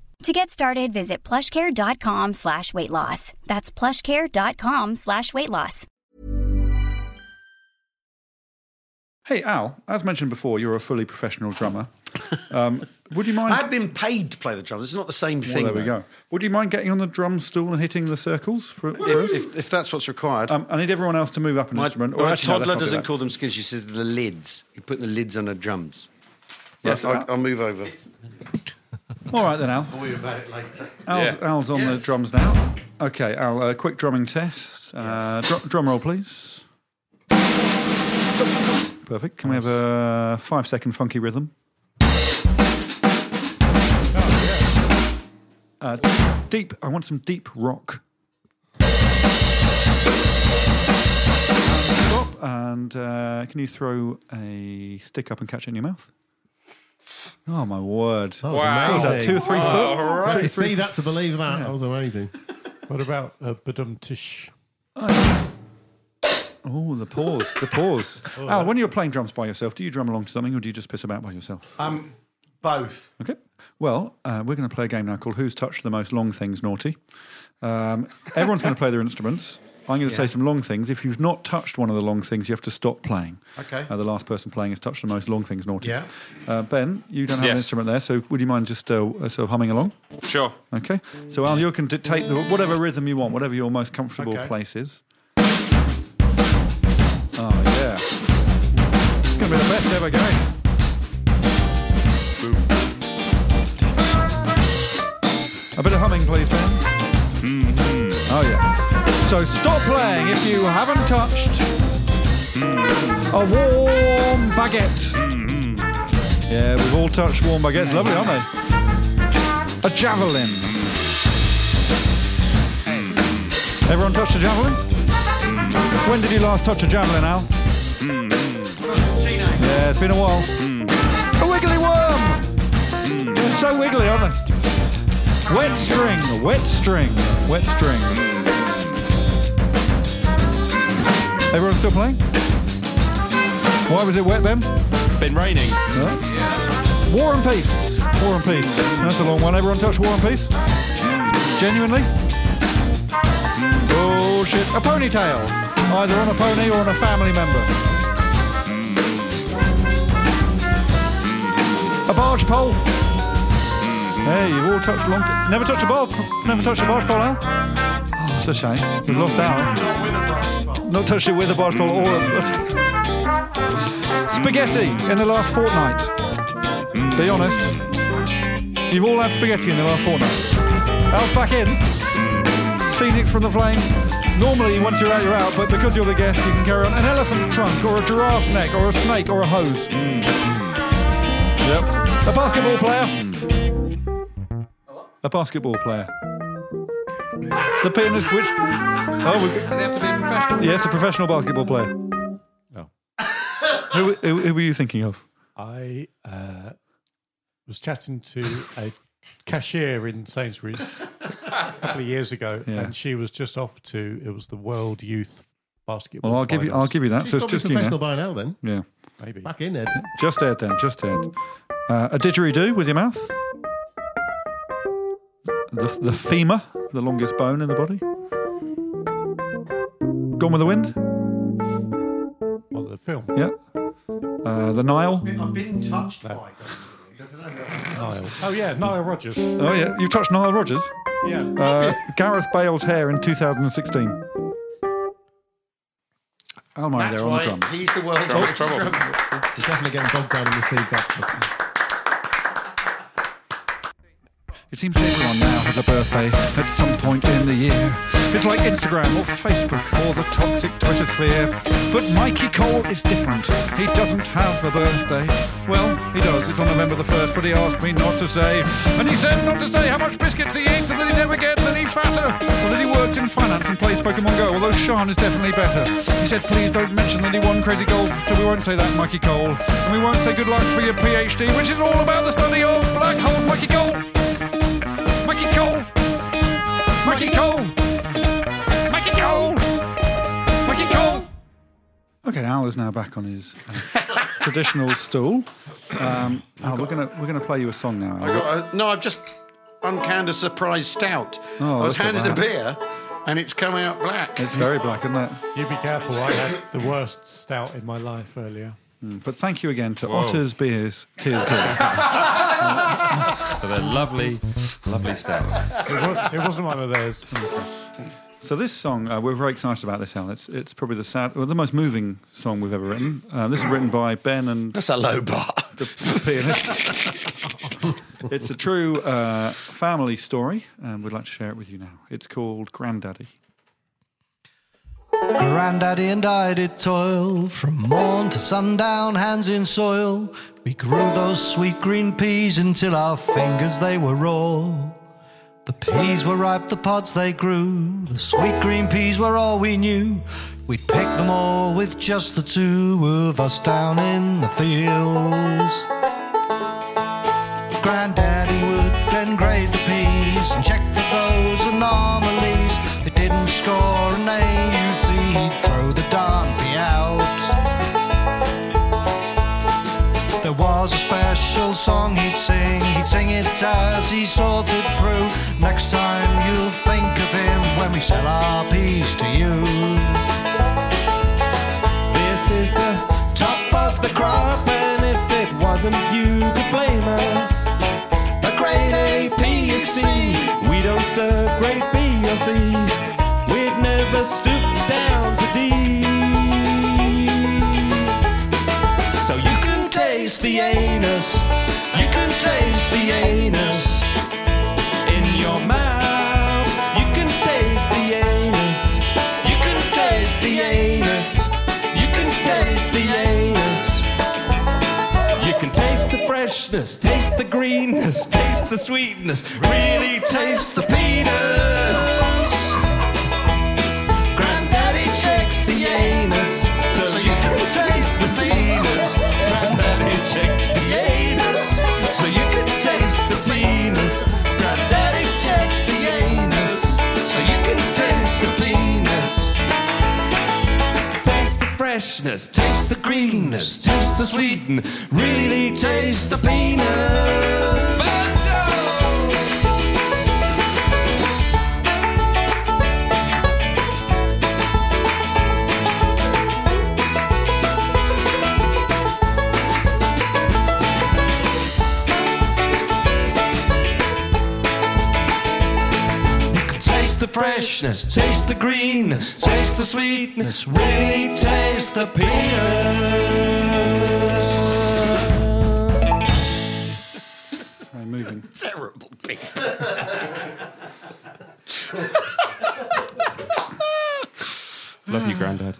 A: To get started, visit plushcare.com slash weight loss. That's plushcare.com slash weight loss.
B: Hey, Al, as mentioned before, you're a fully professional drummer. Um, would you mind?
F: I've been paid to play the drums. It's not the same
B: Well,
F: thing.
B: there we
F: though.
B: go. Would you mind getting on the drum stool and hitting the circles for, for us?
F: If, if, if that's what's required.
B: Um, I need everyone else to move up an
F: my
B: instrument.
F: my
B: actually, no, let's
F: toddler
B: not do
F: doesn't
B: that.
F: call them skins. She says the lids. You put the lids on her drums.
B: Yes,
F: Yes,
B: uh,
F: I'll, I'll move over.
B: All right then, Al.
F: I'll worry about it later.
B: Al's,
H: Yeah.
B: Al's on
F: Yes.
B: the drums now. Okay, Al, a quick drumming test. Uh, dr- drum roll, please. Perfect. Can we have a five second funky rhythm? Oh, Uh, deep. I want some deep rock. Stop. And uh, can you throw a stick up and catch it in your mouth? Oh my word!
L: That was
H: Wow.
B: Is
L: amazing.
B: that two or three foot?
L: But to see that, to believe that, that was amazing.
G: What about
C: uh,
G: a badumtish?
B: Oh, the pause, the pause. Al, when you're playing drums by yourself, do you drum along to something or do you just piss about by yourself?
F: Um, both.
B: Okay. Well, uh, we're going to play a game now called Who's Touched the Most Long Things Naughty. Um, everyone's going to play their instruments. I'm going to say some long things. If you've not touched one of the long things, you have to stop playing.
F: Okay.
B: Uh, the last person playing has touched the most long things naughty.
F: Yeah.
B: Uh, ben, you don't have an
H: Yes.
B: instrument there, so would you mind just uh, sort of humming along?
H: Sure.
B: Okay. So, Al, you can dictate the, whatever rhythm you want, whatever your most comfortable
F: Okay.
B: place is. Oh, yeah. It's going to be the best ever game. A bit of humming, please, Ben. Oh, yeah. So, stop playing if you haven't touched a warm baguette. Yeah, we've all touched warm baguettes. Lovely, aren't they? A javelin. Everyone touched a javelin? When did you last touch a javelin, Al? Yeah, it's been a while. A wiggly worm! They're so wiggly, aren't they? Wet string, wet string, wet string. Everyone still playing? Why was it wet, Ben?
H: Been raining.
B: War and Peace. War and Peace. That's a long one. Everyone touch War and Peace? Genuinely? Bullshit. A ponytail. Either on a pony or on a family member. A barge pole. Hey, you've all touched long. Never touched a barge. Never touched a barge pole, Al. Oh, it's a shame. We've lost Al. Not touched it with a barge pole or a... spaghetti in the last fortnight. Be honest. You've all had spaghetti in the last fortnight. Al's back in. Phoenix from the flame. Normally, once you're out, you're out, but because you're the guest, you can carry on an elephant trunk or a giraffe's neck or a snake or a hose. Yep. A basketball player. A basketball player. The pianist, which. Oh,
I: Does it have to be a professional?
B: we, yes, a professional basketball player.
G: No.
B: who, who, who were you thinking of?
G: I uh, was chatting to a cashier in Sainsbury's a couple of years ago,
B: Yeah.
G: and she was just off to it was the World Youth Basketball.
B: Well, I'll give you. I'll give you that.
L: She's
B: so it's
L: probably
B: just you
L: professional
B: now.
L: by now, then.
B: Yeah.
G: you maybe.
L: Back in, Ed.
B: Just Ed then, just Ed. Uh, a didgeridoo with your mouth. The, the femur, the longest bone in the body. Gone with the wind,
G: Well, the film.
B: yeah. Uh, the Nile.
F: I've been touched by
G: Oh yeah, Nile Rodgers.
B: Oh, yeah. You've touched Nile Rogers?
G: Yeah.
B: Uh, Gareth Bale's hair in 2016. Almar
F: That's
B: there on
F: why
B: the drums.
F: he's the world's
H: Drums,
F: best
H: trouble.
F: drummer.
L: He's definitely getting bogged down in the Steve Baxter.
B: It seems everyone now has a birthday at some point in the year. It's like Instagram or Facebook or the toxic Twitter sphere. But Mikey Cole is different. He doesn't have a birthday. Well, he does. It's on November the 1st, but he asked me not to say. And he said not to say how much biscuits he eats and that he never gets any fatter. Or that he works in finance and plays Pokemon Go, although Sean is definitely better. He said please don't mention that he won Crazy Golf, so we won't say that, Mikey Cole. And we won't say good luck for your PhD, which is all about the study of black holes, Mikey Cole. Mikey Cole. Mikey Cole. Mikey Cole. Mikey Cole. Okay, Al is now back on his uh, traditional stool. Um, Al, we're gonna we're gonna play you a song now. Al.
F: I got a- no, I've just uncanned a surprise stout. I was
B: Oh, look at
F: handed a
B: that.
F: beer and it's come out black.
B: It's very black, isn't it?
G: You be careful. I had the worst stout in my life earlier.
B: Mm, But thank you again to Otters Beers Tears Beer.
H: For their lovely, lovely stout.
G: It, was, it wasn't one of theirs.
B: So this song, uh, we're very excited about this, Al. It's it's probably the sad, well, the most moving song we've ever written. Uh, this is written by Ben and
F: That's a low bar.
B: the pianist. it's a true uh, family story, and we'd like to share it with you now. It's called Granddaddy.
D: Granddaddy and I did toil from morn to sundown, hands in soil. We grew those sweet green peas until our fingers they were raw. The peas were ripe, the pods they grew. The sweet green peas were all we knew. We'd pick them all with just the two of us down in the fields. Granddaddy would then grade the peas and check for those anomalies that didn't score an A. You see, he'd throw the darn pea out. There was a special song he'd sing, he'd sing it as he sorted through. Next time you'll think of him when we sell our peas to you.
K: This is the
D: Top of the crop,
K: and if it wasn't you could blame us.
D: a grade A P you see.
K: We don't serve great B or C. We'd never stoop down to D. So you can taste the anus. You can taste the anus in your mouth. You can taste the anus. You can taste the anus. You can taste the anus. You can taste the freshness, taste the greenness, taste the sweetness, really taste the penis. Granddaddy checks the anus, so, you can taste the penis. Granddaddy checks the anus, so you can taste the penis. Granddaddy checks the anus, so you can taste the penis. Taste the freshness, taste the greenness, taste the sweeten, really taste the penis. Banjo! Taste the freshness, taste the greenness, taste the sweetness, really taste the penis.
B: Very moving.
F: Terrible beer.
H: Love you, Grandad.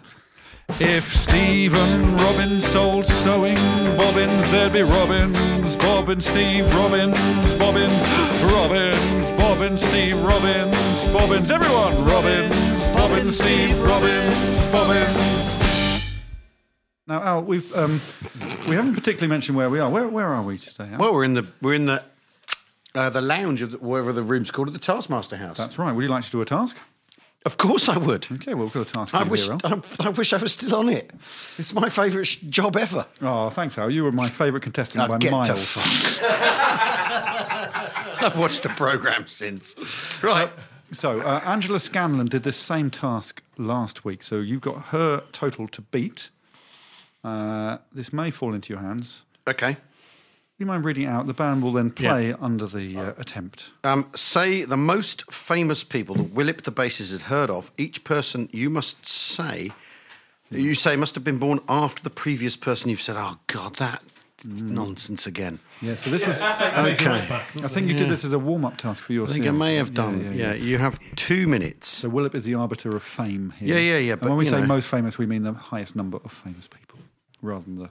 B: If Steve and Robin sold sewing bobbins, there'd be Robins, Bob and Steve, Robins, Bobbins, Robins, Bob and Steve, Robins, Bobbins, everyone, Robins, Bob and Steve, Robins, Bobbins. Now, Al, we've um, we haven't particularly mentioned where we are. Where where are we today? Al?
F: Well, we're in the we're in the uh, the lounge of the, whatever the room's called at the Taskmaster House.
B: that's Hmm. right. Would you like to do a task?
F: of course, I would.
B: Okay, well, we've got a task for
F: I
B: you
F: wish
B: here, Al.
F: I, I wish I was still on it. It's my favourite sh- job ever.
B: Oh, thanks, Al. You were my favourite contestant
F: Now
B: by
F: get to
B: miles.
F: I've watched the programme since. Right.
B: So uh, Angela Scanlon did this same task last week. So you've got her total to beat. Uh, this may fall into your hands.
F: Okay.
B: you mind reading it out? The band will then play under the uh, attempt.
F: Um, say the most famous people that Willip the Bassist had heard of. Each person you must say, you say must have been born after the previous person you've said. Oh God, that nonsense again.
B: Yeah. So this
F: Yeah,
B: was
F: that takes us Okay. right back, doesn't
B: I think
F: it?
B: you did
F: Yeah.
B: this as a warm-up task for your.
F: I think I
B: series.
F: may have done. Yeah, you have two minutes. So
B: Willip is the arbiter of fame here.
F: Yeah, yeah, yeah,
B: And
F: but,
B: when we
F: you
B: say
F: know.
B: most famous, we mean the highest number of famous people, rather than the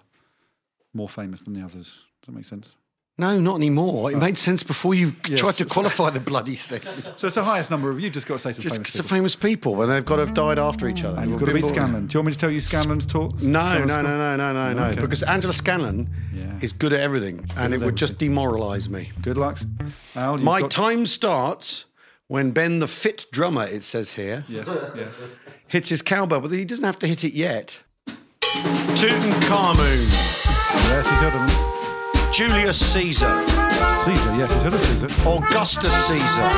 B: more famous than the others. Does that make sense?
F: No, not anymore. It made sense before you tried to qualify the bloody thing.
B: So it's the highest number of you. Just got to say some
F: Just
B: famous
F: the
B: people.
F: famous people, and they've got to have died after each other.
B: And you've got
F: Or
B: to
F: been
B: beat
F: born-
B: Scanlon. Do you want me to tell you Scanlon's talk?
F: No, no,
B: Scanlon's
F: no,
B: score?
F: no, no, no, no.
B: Okay.
F: Because Angela Scanlon is good at everything, and it
B: at
F: would just demoralise me.
B: Good luck. Al, you've
F: My
B: got-
F: time starts when Ben, the fit drummer, it says here,
B: Yes, yes.
F: hits his cowbell, but he doesn't have to hit it yet. Tutankhamun.
B: Yes, he's heard of him.
F: Julius Caesar.
B: Caesar, yes, he's heard of Caesar.
F: Augustus Caesar.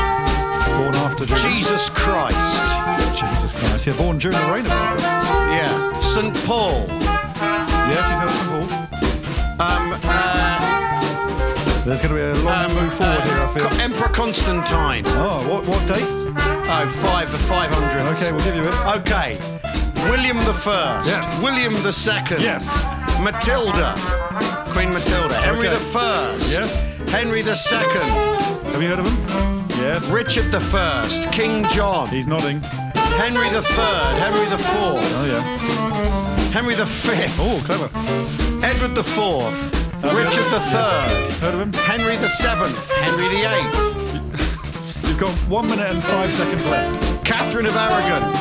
B: Born after Jesus.
F: Jesus Christ.
B: Jesus Christ. Yeah, born during the reign of
F: Yeah. St. Paul.
B: Yes, he's heard of St. Paul.
F: Um, uh,
B: There's going to be a long
F: Um,
B: move forward here, I feel.
F: Emperor Constantine.
B: Oh, what, what dates?
F: Oh, five, the 500.
B: Okay, we'll give you it.
F: Okay. William the First.
B: Yes.
F: William the Second.
B: Yes.
F: Matilda. Queen Matilda. Henry
B: Okay.
F: the First.
B: Yes.
F: Henry the Second.
B: Have you heard of him? Yes.
F: Richard the First. King John.
B: He's nodding.
F: Henry the Third. Henry the Fourth.
B: Oh, yeah.
F: Henry the Fifth.
B: Oh, clever.
F: Edward the Fourth. Richard the Third.
B: Heard of him?
F: Henry the Seventh. Henry the Eighth.
B: You've got one minute and five seconds left.
F: Catherine of Aragon.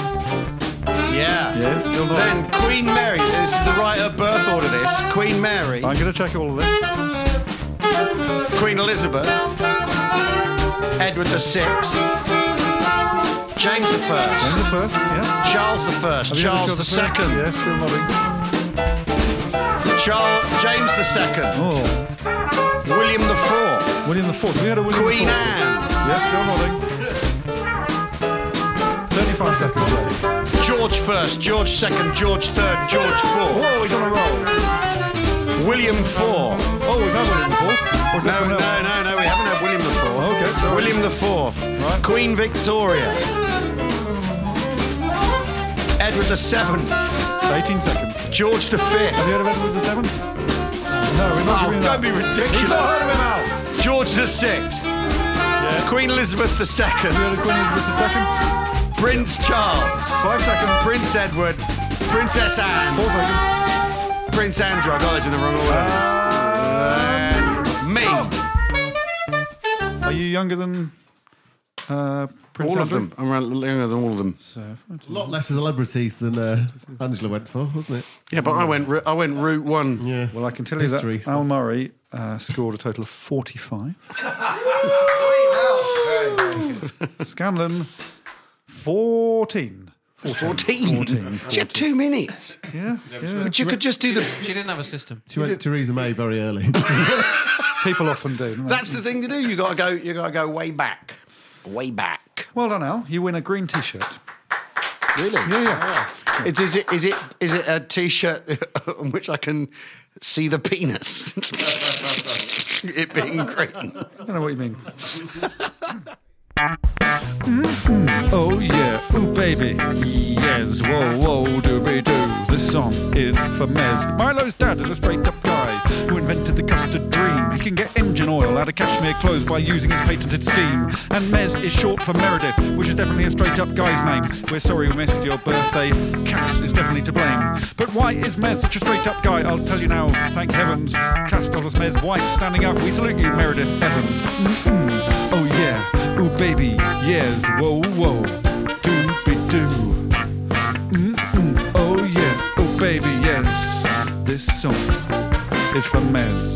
F: Yeah.
B: Yes, still not.
F: Then Queen Mary. This is the right of birth order. This Queen Mary,
B: I'm going to check all of this.
F: Queen Elizabeth, Edward the Sixth, James the First,
B: James the first, yeah.
F: Charles the First,
B: Have you heard
F: Charles
B: of Charles the
F: the
B: first?
F: Second,
B: Yes, still nodding.
F: Charles James the Second,
B: Oh,
F: William the Fourth,
B: William the Fourth. We had a William
F: Queen
B: the Fourth.
F: Anne,
B: Yes, still nodding. 35 seconds left.
F: George First, George Second, George Third, George Fourth,
B: Whoa, he's on a roll.
F: William Four.
B: Oh, we've had William the Fourth. Or is that
F: No,
B: someone
F: no,
B: else?
F: no, no, we haven't had William the Fourth.
B: Okay, sorry.
F: William the Fourth.
B: Right.
F: Queen Victoria. Edward the Seventh.
B: 18 seconds.
F: George the
B: Have you
F: Fifth.
B: heard of Edward the Seventh? No, we're not
F: Oh,
B: giving
F: don't be
B: that. He's not heard of
F: ridiculous.
B: him out.
F: George the Sixth. Queen Elizabeth the Second.
B: You heard of Queen Elizabeth II?
F: Prince Charles.
B: Five seconds.
F: Prince Edward. Princess Anne.
B: Four seconds. Um,
F: Prince Andrew. I got those in the wrong order. And me.
B: oh, Are you younger than uh, Prince
F: All of
B: Andrew?
F: them. I'm around younger than all of them.
L: A lot less celebrities than uh, Angela went for, wasn't it?
F: Yeah, but I went. ru- I went route one.
L: Yeah.
B: Well, I can tell
L: History
B: you that
L: stuff.
B: Al Murray uh, scored a total of 45. Scanlon, 14.
F: 14. She had two minutes.
B: Yeah. yeah.
F: But you could just do the.
I: She didn't have a system.
L: She went Theresa May very early.
B: People often do. don't they?
F: That's the thing to do. You gotta go. You gotta go way back. Way back.
B: Well done, Al. You win a green t shirt.
F: Really?
B: Yeah, yeah.
F: It's, is it? Is it? Is it a t-shirt on which I can see the penis? it being green.
B: I don't know what you mean. Oh yeah, ooh baby, yes, whoa whoa dooby doo. This song is for Mez. Milo's dad is a straight up guy who invented the custard dream. He can get engine oil out of cashmere clothes by using his patented steam. And Mez is short for Meredith, which is definitely a straight up guy's name. We're sorry we messed your birthday. Cass is definitely to blame. But why is Mez such a straight up guy? I'll tell you now. Thank heavens, Cass told us Mez White standing up. We salute you, Meredith Evans. Mm-mm. Oh yeah, ooh baby, yes, whoa whoa, doobie doo. Mm-mm. Oh yeah, ooh baby, yes. This song is for Mez.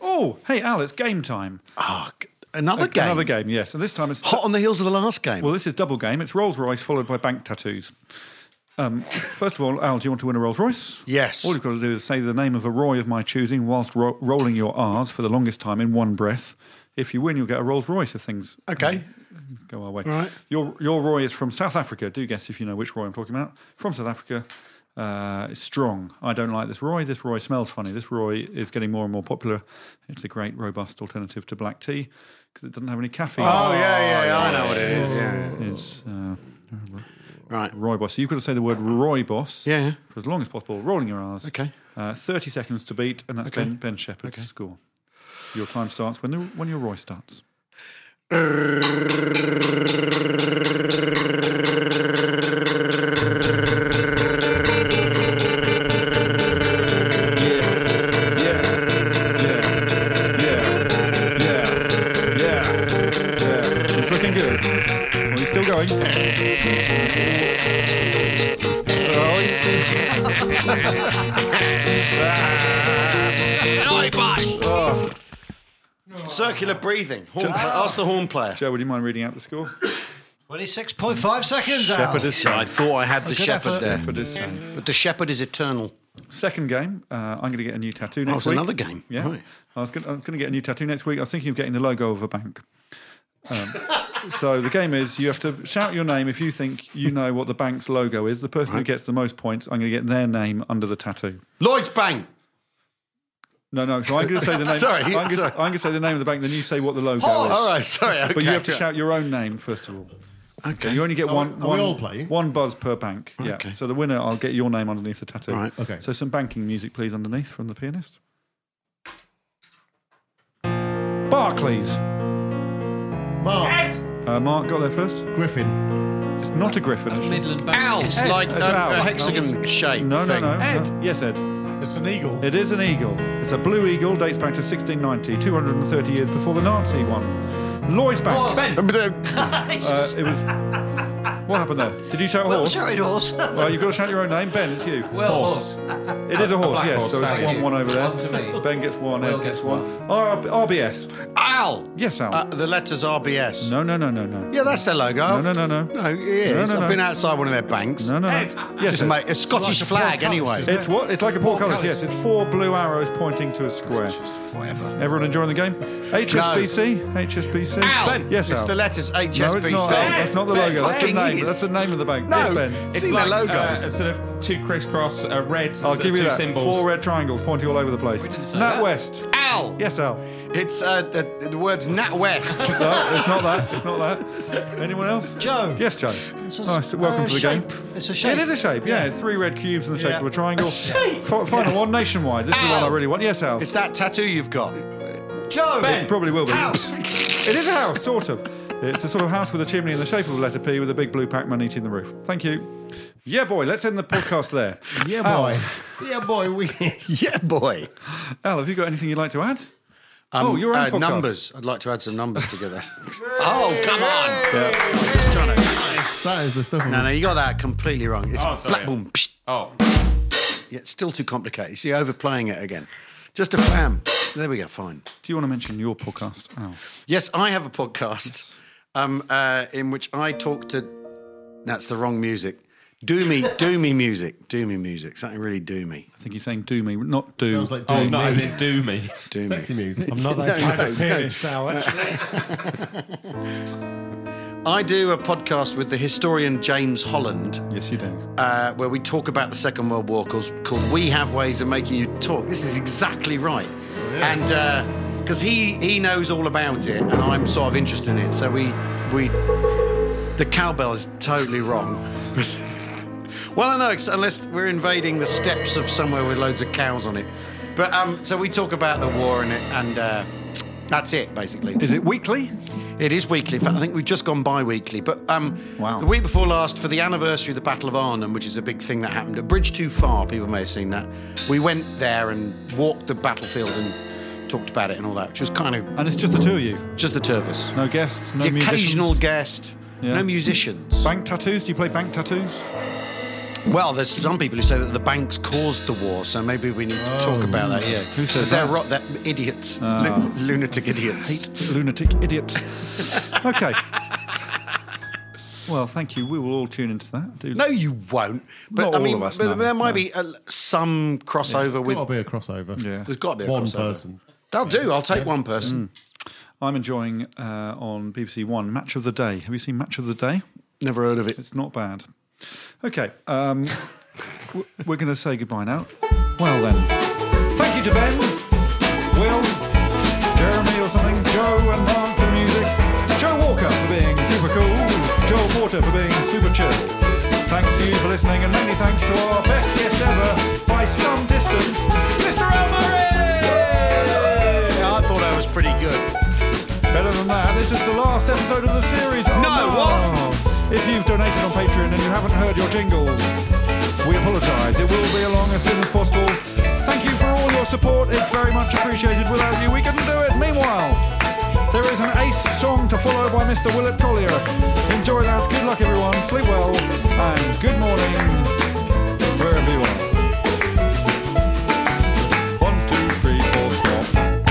B: Oh, hey Al, it's game time.
F: Ah, g- another game.
B: Another game, yes. And this time it's
F: Hot on the heels of the last game.
B: well, this is double game. It's Rolls Royce followed by bank tattoos. Um, first of all, Al, do you want to win a Rolls Royce?
F: yes.
B: All you've got to do is say the name of a Roy of my choosing whilst ro- rolling your R's for the longest time in one breath. If you win, you'll get a Rolls Royce if things
F: Okay.
B: go our way.
F: Right.
B: Your, your Roy is from South Africa. Do guess if you know which Roy I'm talking about. From South Africa. uh, is strong. I don't like this Roy. This Roy smells funny. This Roy is getting more and more popular. It's a great, robust alternative to black tea because it doesn't have any caffeine.
F: Oh, yeah, yeah, yeah, I know what it is, yeah.
B: It's uh, right. Roy Boss. So you've got to say the word Roy Boss yeah. for as long as possible, rolling your R's.
F: Okay.
B: Uh, 30 seconds to beat, and that's
F: Okay.
B: Ben, ben Shepherd's
F: Okay.
B: score. Your time starts when, the, when your Roy starts. It's looking good. Well, he's still going.
F: Circular breathing. Horn, ask the horn player.
B: Joe, would you mind reading out the score?
D: 26.5 seconds out.
B: Shepherd is safe.
F: I thought I had
D: A
F: the
D: good
F: shepherd
D: effort.
F: there.
B: Shepherd is safe.
F: But the shepherd is eternal.
B: uh, Second game, uh, I'm going to get a new tattoo
F: Oh,
B: next
F: it's
B: week.
F: another game.
B: Yeah.
F: Right.
B: I was going to get a new tattoo next week. I was thinking of getting the logo of a bank. Um, so the game is you have to shout your name if you think you know what the bank's logo is. The person who gets the most points, I'm going to get their name under the tattoo.
F: Lloyd's Bank.
B: No, no. So I'm going to say the name.
F: Sorry,
B: I'm going to,
F: sorry.
B: I'm going to say the name of the bank. Then you say what the logo
D: Horse.
B: is.
F: All right, sorry. Okay,
B: But you have to
F: yeah.
B: shout your own name first of all.
F: Okay.
B: You only get
L: Are we-
B: one.
L: are we
B: one,
L: all playing?
B: one buzz per bank. Yeah.
F: Okay.
B: So the winner, I'll get your name underneath the tattoo.
F: Right.
L: Okay.
B: So some banking music, please, underneath from the pianist. Barclays.
L: Mark
B: Uh, Mark got there first.
L: Griffin.
B: It's not a griffin. actually.
I: Midland Bank.
F: Owls, like
B: It's
F: um,
B: an owl.
F: a hexagon shape.
B: No, no,
F: thing.
B: no.
G: Ed.
B: Yes, Ed.
G: It's an eagle.
B: It is an eagle. It's a blue eagle. Dates back to 1690, 230 years before the Nazi one. Lloyd's Bank.
I: Horse.
F: Um, but, uh,
B: Uh, it was. What happened there? Did you shout
D: Well,
B: horse?
D: sorry, horse.
B: Well, you've got to shout your own name, Ben. It's you.
I: Well, horse.
B: It is a horse,
I: black
B: yes.
I: horse,
B: so it's
I: thank
B: one
I: you.
B: one over there.
I: One to me.
B: Ben gets one.
I: Will
B: Ed
I: gets
B: gets one. R- RBS.
F: Owl.
B: Yes, Al.
F: Uh, the letters RBS.
B: no, no, no, no, no.
F: Yeah, that's their logo. I've-
B: no, no, no.
F: No, it is.
B: No, no,
F: I've
B: no.
F: been outside one of their banks.
B: No, no, no.
G: Ed.
B: Yes,
F: It's,
B: Ed.
F: mate, it's Scottish
G: like a
F: flag,
G: portcullis,
F: anyway.
G: isn't
B: It's what? It's like a portcullis.
G: Portcullis.
B: Yes, it's four blue arrows pointing to a square.
F: Whatever.
B: Everyone enjoying the game? HSBC. HSBC.
F: Owl.
B: Ben. Yes,
F: it's
B: Al.
F: the letters
B: No,
F: HSBC.
B: it's not. Al. That's not the
F: Ben,
B: logo. That's the
F: fucking
B: name.
F: is.
B: That's the name of the bank.
F: No,
B: Yes, Ben.
F: it's in the logo.
K: Uh, a sort of two crisscross uh, reds,
B: I'll
K: sort of
B: give you
K: two
B: that.
K: symbols.
B: Four red triangles pointing all over the place.
I: didn't say
B: Nat
I: that.
B: West.
F: Owl.
B: Yes, Al.
F: It's uh, the, the words Nat West.
B: No, it's not that. It's not that. Anyone else?
D: Joe.
B: Yes, Joe.
D: a-
B: nice. Welcome
D: uh,
B: to the
D: shape.
B: game.
D: It's a shape.
B: It is a shape. Yeah, three red cubes in the shape
D: Yeah.
B: of a triangle. Fi- Final one, nationwide. This is the one I
F: Ow.
B: really want. Yes, Al.
F: it's that tattoo you've got.
D: Joe.
B: It probably will be.
D: House.
B: It is a house, sort of. It's a sort of house with a chimney in the shape of a letter P with a big blue Pac-Man eating the roof. Thank you. Yeah, boy. Let's end the podcast there.
L: Yeah,
B: Al.
L: boy. Yeah, boy. We.
F: Yeah, boy.
B: Al, have you got anything you'd like to add? oh, your own
F: Uh,
B: podcast.
F: numbers. I'd like to add some numbers together. oh, come on.
B: Yeah.
F: Trying to-
L: That is the stuff.
F: No, no, you got that completely wrong. It's
K: Oh, sorry.
F: black boom. Psh.
K: Oh,
F: Yeah, it's still too complicated. You see, overplaying it again. Just a flam. There we go. Fine.
B: Do you want to mention your podcast, Oh. Al?
F: Yes, I have a podcast um, uh, in which I talk to. That's the wrong music. Doomy, doomy music, doomy music. Something really doomy,
B: I think he's saying do me, not do.
L: Sounds like
K: oh
L: doing
K: no, as
L: music.
K: in do me.
F: doomy.
L: Sexy music.
G: I'm not that kind of pianist now. That's-
F: I do a podcast with the historian James Holland,
B: yes, you do.
F: uh, where we talk about the Second World War called, called "We Have Ways of Making You Talk." This is exactly right,
B: Oh,
F: and because he he knows all about it, and I'm sort of interested in it. So we we the cowbell is totally wrong. well, I know it's- unless we're invading the steps of somewhere with loads of cows on it. But um, so we talk about the war and it, and uh, that's it basically.
B: Is it weekly?
F: It is weekly. In fact, I think we've just gone bi-weekly. But um,
B: Wow.
F: the week before last, for the anniversary of the Battle of Arnhem, which is a big thing that happened at Bridge Too Far, people may have seen that. We went there and walked the battlefield and talked about it and all that, which was kind of
B: And it's just the two of you.
F: just the two of us.
B: No guests, no
F: the occasional
B: musicians.
F: guest,
B: Yeah.
F: no musicians.
B: Bank tattoos? Do you play bank tattoos?
F: Well, there's some people who say that the banks caused the war, so maybe we need to talk about that. Yeah,
B: Oh. Who says
F: But they're
B: that? Ah.
F: ro- they're idiots, Lu- lunatic idiots.
B: Lunatic idiots. okay. Well, thank you. We will all tune into that. Do
F: No, you won't. But
B: Not
F: I
B: all
F: mean,
B: of us,
F: but
B: no,
F: there might
B: no.
F: be a, some crossover with
L: Got to be a crossover.
B: Yeah.
F: There's got to be a
L: One
F: crossover.
L: person.
F: That'll do. I'll take one person.
B: Mm. I'm enjoying uh, on BBC One Match of the Day. Have you seen Match of the Day?
F: Never heard of it.
B: It's not bad. Okay. Um,
J: w- we're going to say goodbye now. Well then, thank you to Ben, Will, Jeremy or something, Joe and Mark for the music, Joe Walker for being super cool, Joel Porter for being super chill. Thanks to you for listening, and many thanks to our best guest ever by some distance, Mr. Al Murray.
F: Yeah, I thought I was pretty good.
J: Better than that, this is the last episode of the series. Oh,
F: No, what?
J: what? If you've donated on Patreon and you haven't heard your jingles, we apologise. It will be along as soon as possible. Thank you for all your support. It's very much appreciated. Without you, we couldn't do it. Meanwhile, there is an ace song to follow by Mr. Willett Collier. Enjoy that. Good luck, everyone. Sleep well. And good morning, wherever you are. One, two, three, four, stop.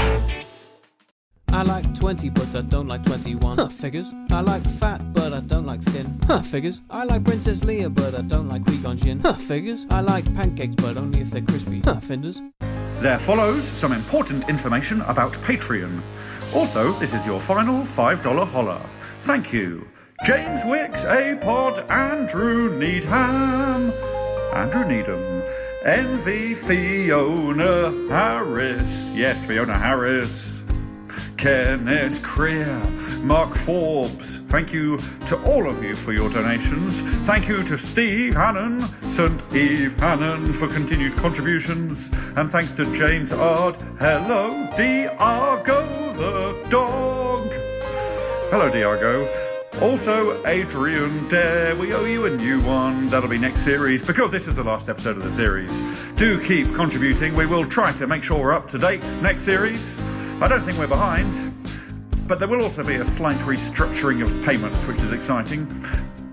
I: I like 20, but I don't like 21. Huh, figures. I like fat, but I don't like thin. Huh, figures. I like Princess Leia, but I don't like Qui-Gon Jinn. Huh, figures. I like pancakes, but only if they're crispy. Huh, finders.
J: There follows some important information about Patreon. Also, this is your final $5 holler. Thank you. James Wicks, A Pod, Andrew Needham, Andrew Needham, NV Fiona Harris, yes, Fiona Harris, Kenneth Creer, Mark Forbes. Thank you to all of you for your donations. Thank you to Steve Hannon, St. Eve Hannon for continued contributions. And thanks to James Ard. Hello, Diargo the dog. Hello, Diargo. Also, Adrian Dare, we owe you a new one. That'll be next series because this is the last episode of the series. Do keep contributing. We will try to make sure we're up to date next series. I don't think we're behind, but there will also be a slight restructuring of payments, which is exciting.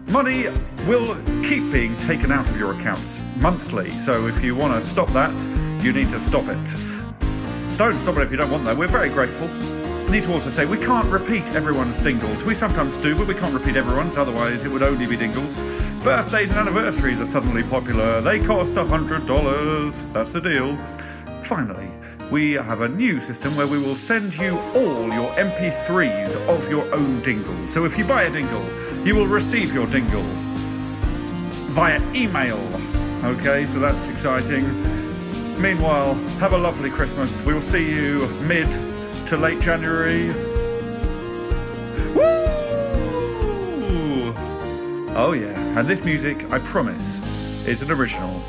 J: Money will keep being taken out of your accounts monthly, so if you want to stop that, you need to stop it. Don't stop it if you don't want, though. We're very grateful. Need to also say we can't repeat everyone's dingles. We sometimes do, but we can't repeat everyone's, otherwise, it would only be dingles. Birthdays and anniversaries are suddenly popular. They cost $100. That's the deal. Finally, we have a new system where we will send you all your MP3s of your own dingles. So if you buy a dingle, you will receive your dingle via email. Okay, so that's exciting. Meanwhile, have a lovely Christmas. We'll see you mid to late January. Woo! Oh, yeah. And this music, I promise, is an original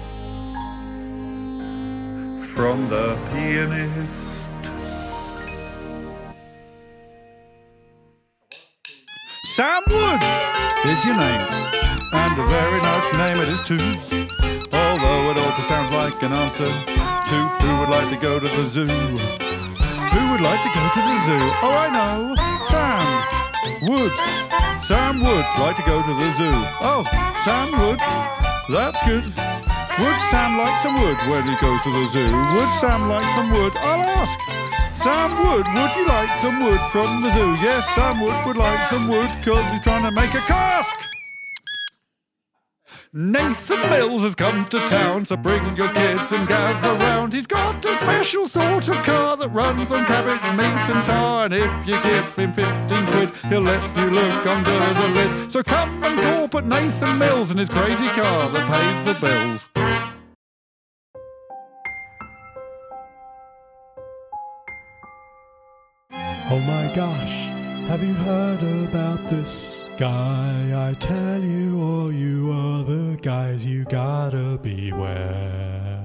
J: from the pianist. Sam Wood is your name, and a very nice name it is too. Although it also sounds like an answer to who would like to go to the zoo. Who would like to go to the zoo? Oh, I know, Sam Wood. Sam would like to go to the zoo. Oh, Sam would. That's good. Would Sam like some wood when he goes to the zoo? Would Sam like some wood? I'll ask. Sam Wood, would you like some wood from the zoo? Yes, Sam Wood would like some wood because he's trying to make a cask. Nathan Mills has come to town, so bring your kids and gather round. He's got a special sort of car that runs on cabbage, meat, and tar. And if you give him 15 quid, he'll let you look under the lid. So come and gawp at Nathan Mills and his crazy car that pays the bills.
C: Oh my gosh, have you heard about this guy? I tell you, all you other guys, you gotta beware.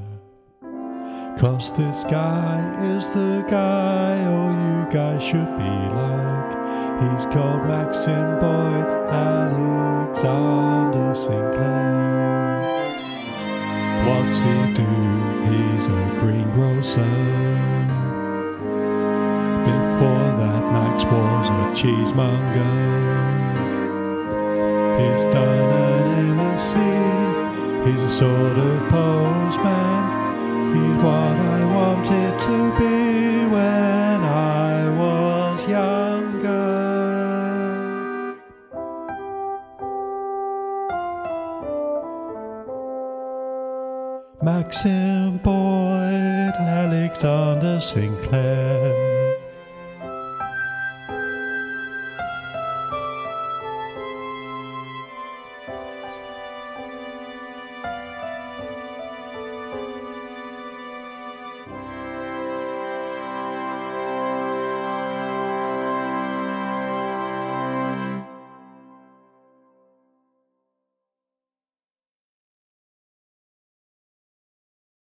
C: Cause this guy is the guy all you guys should be like. He's called Maxim Boyd Alexander Sinclair. What's he do? He's a greengrocer. Before that, Max was a cheesemonger. He's done an MSc. He's a sort of postman. He's what I wanted to be when I was younger. Maxim Boyd, Alexander Sinclair.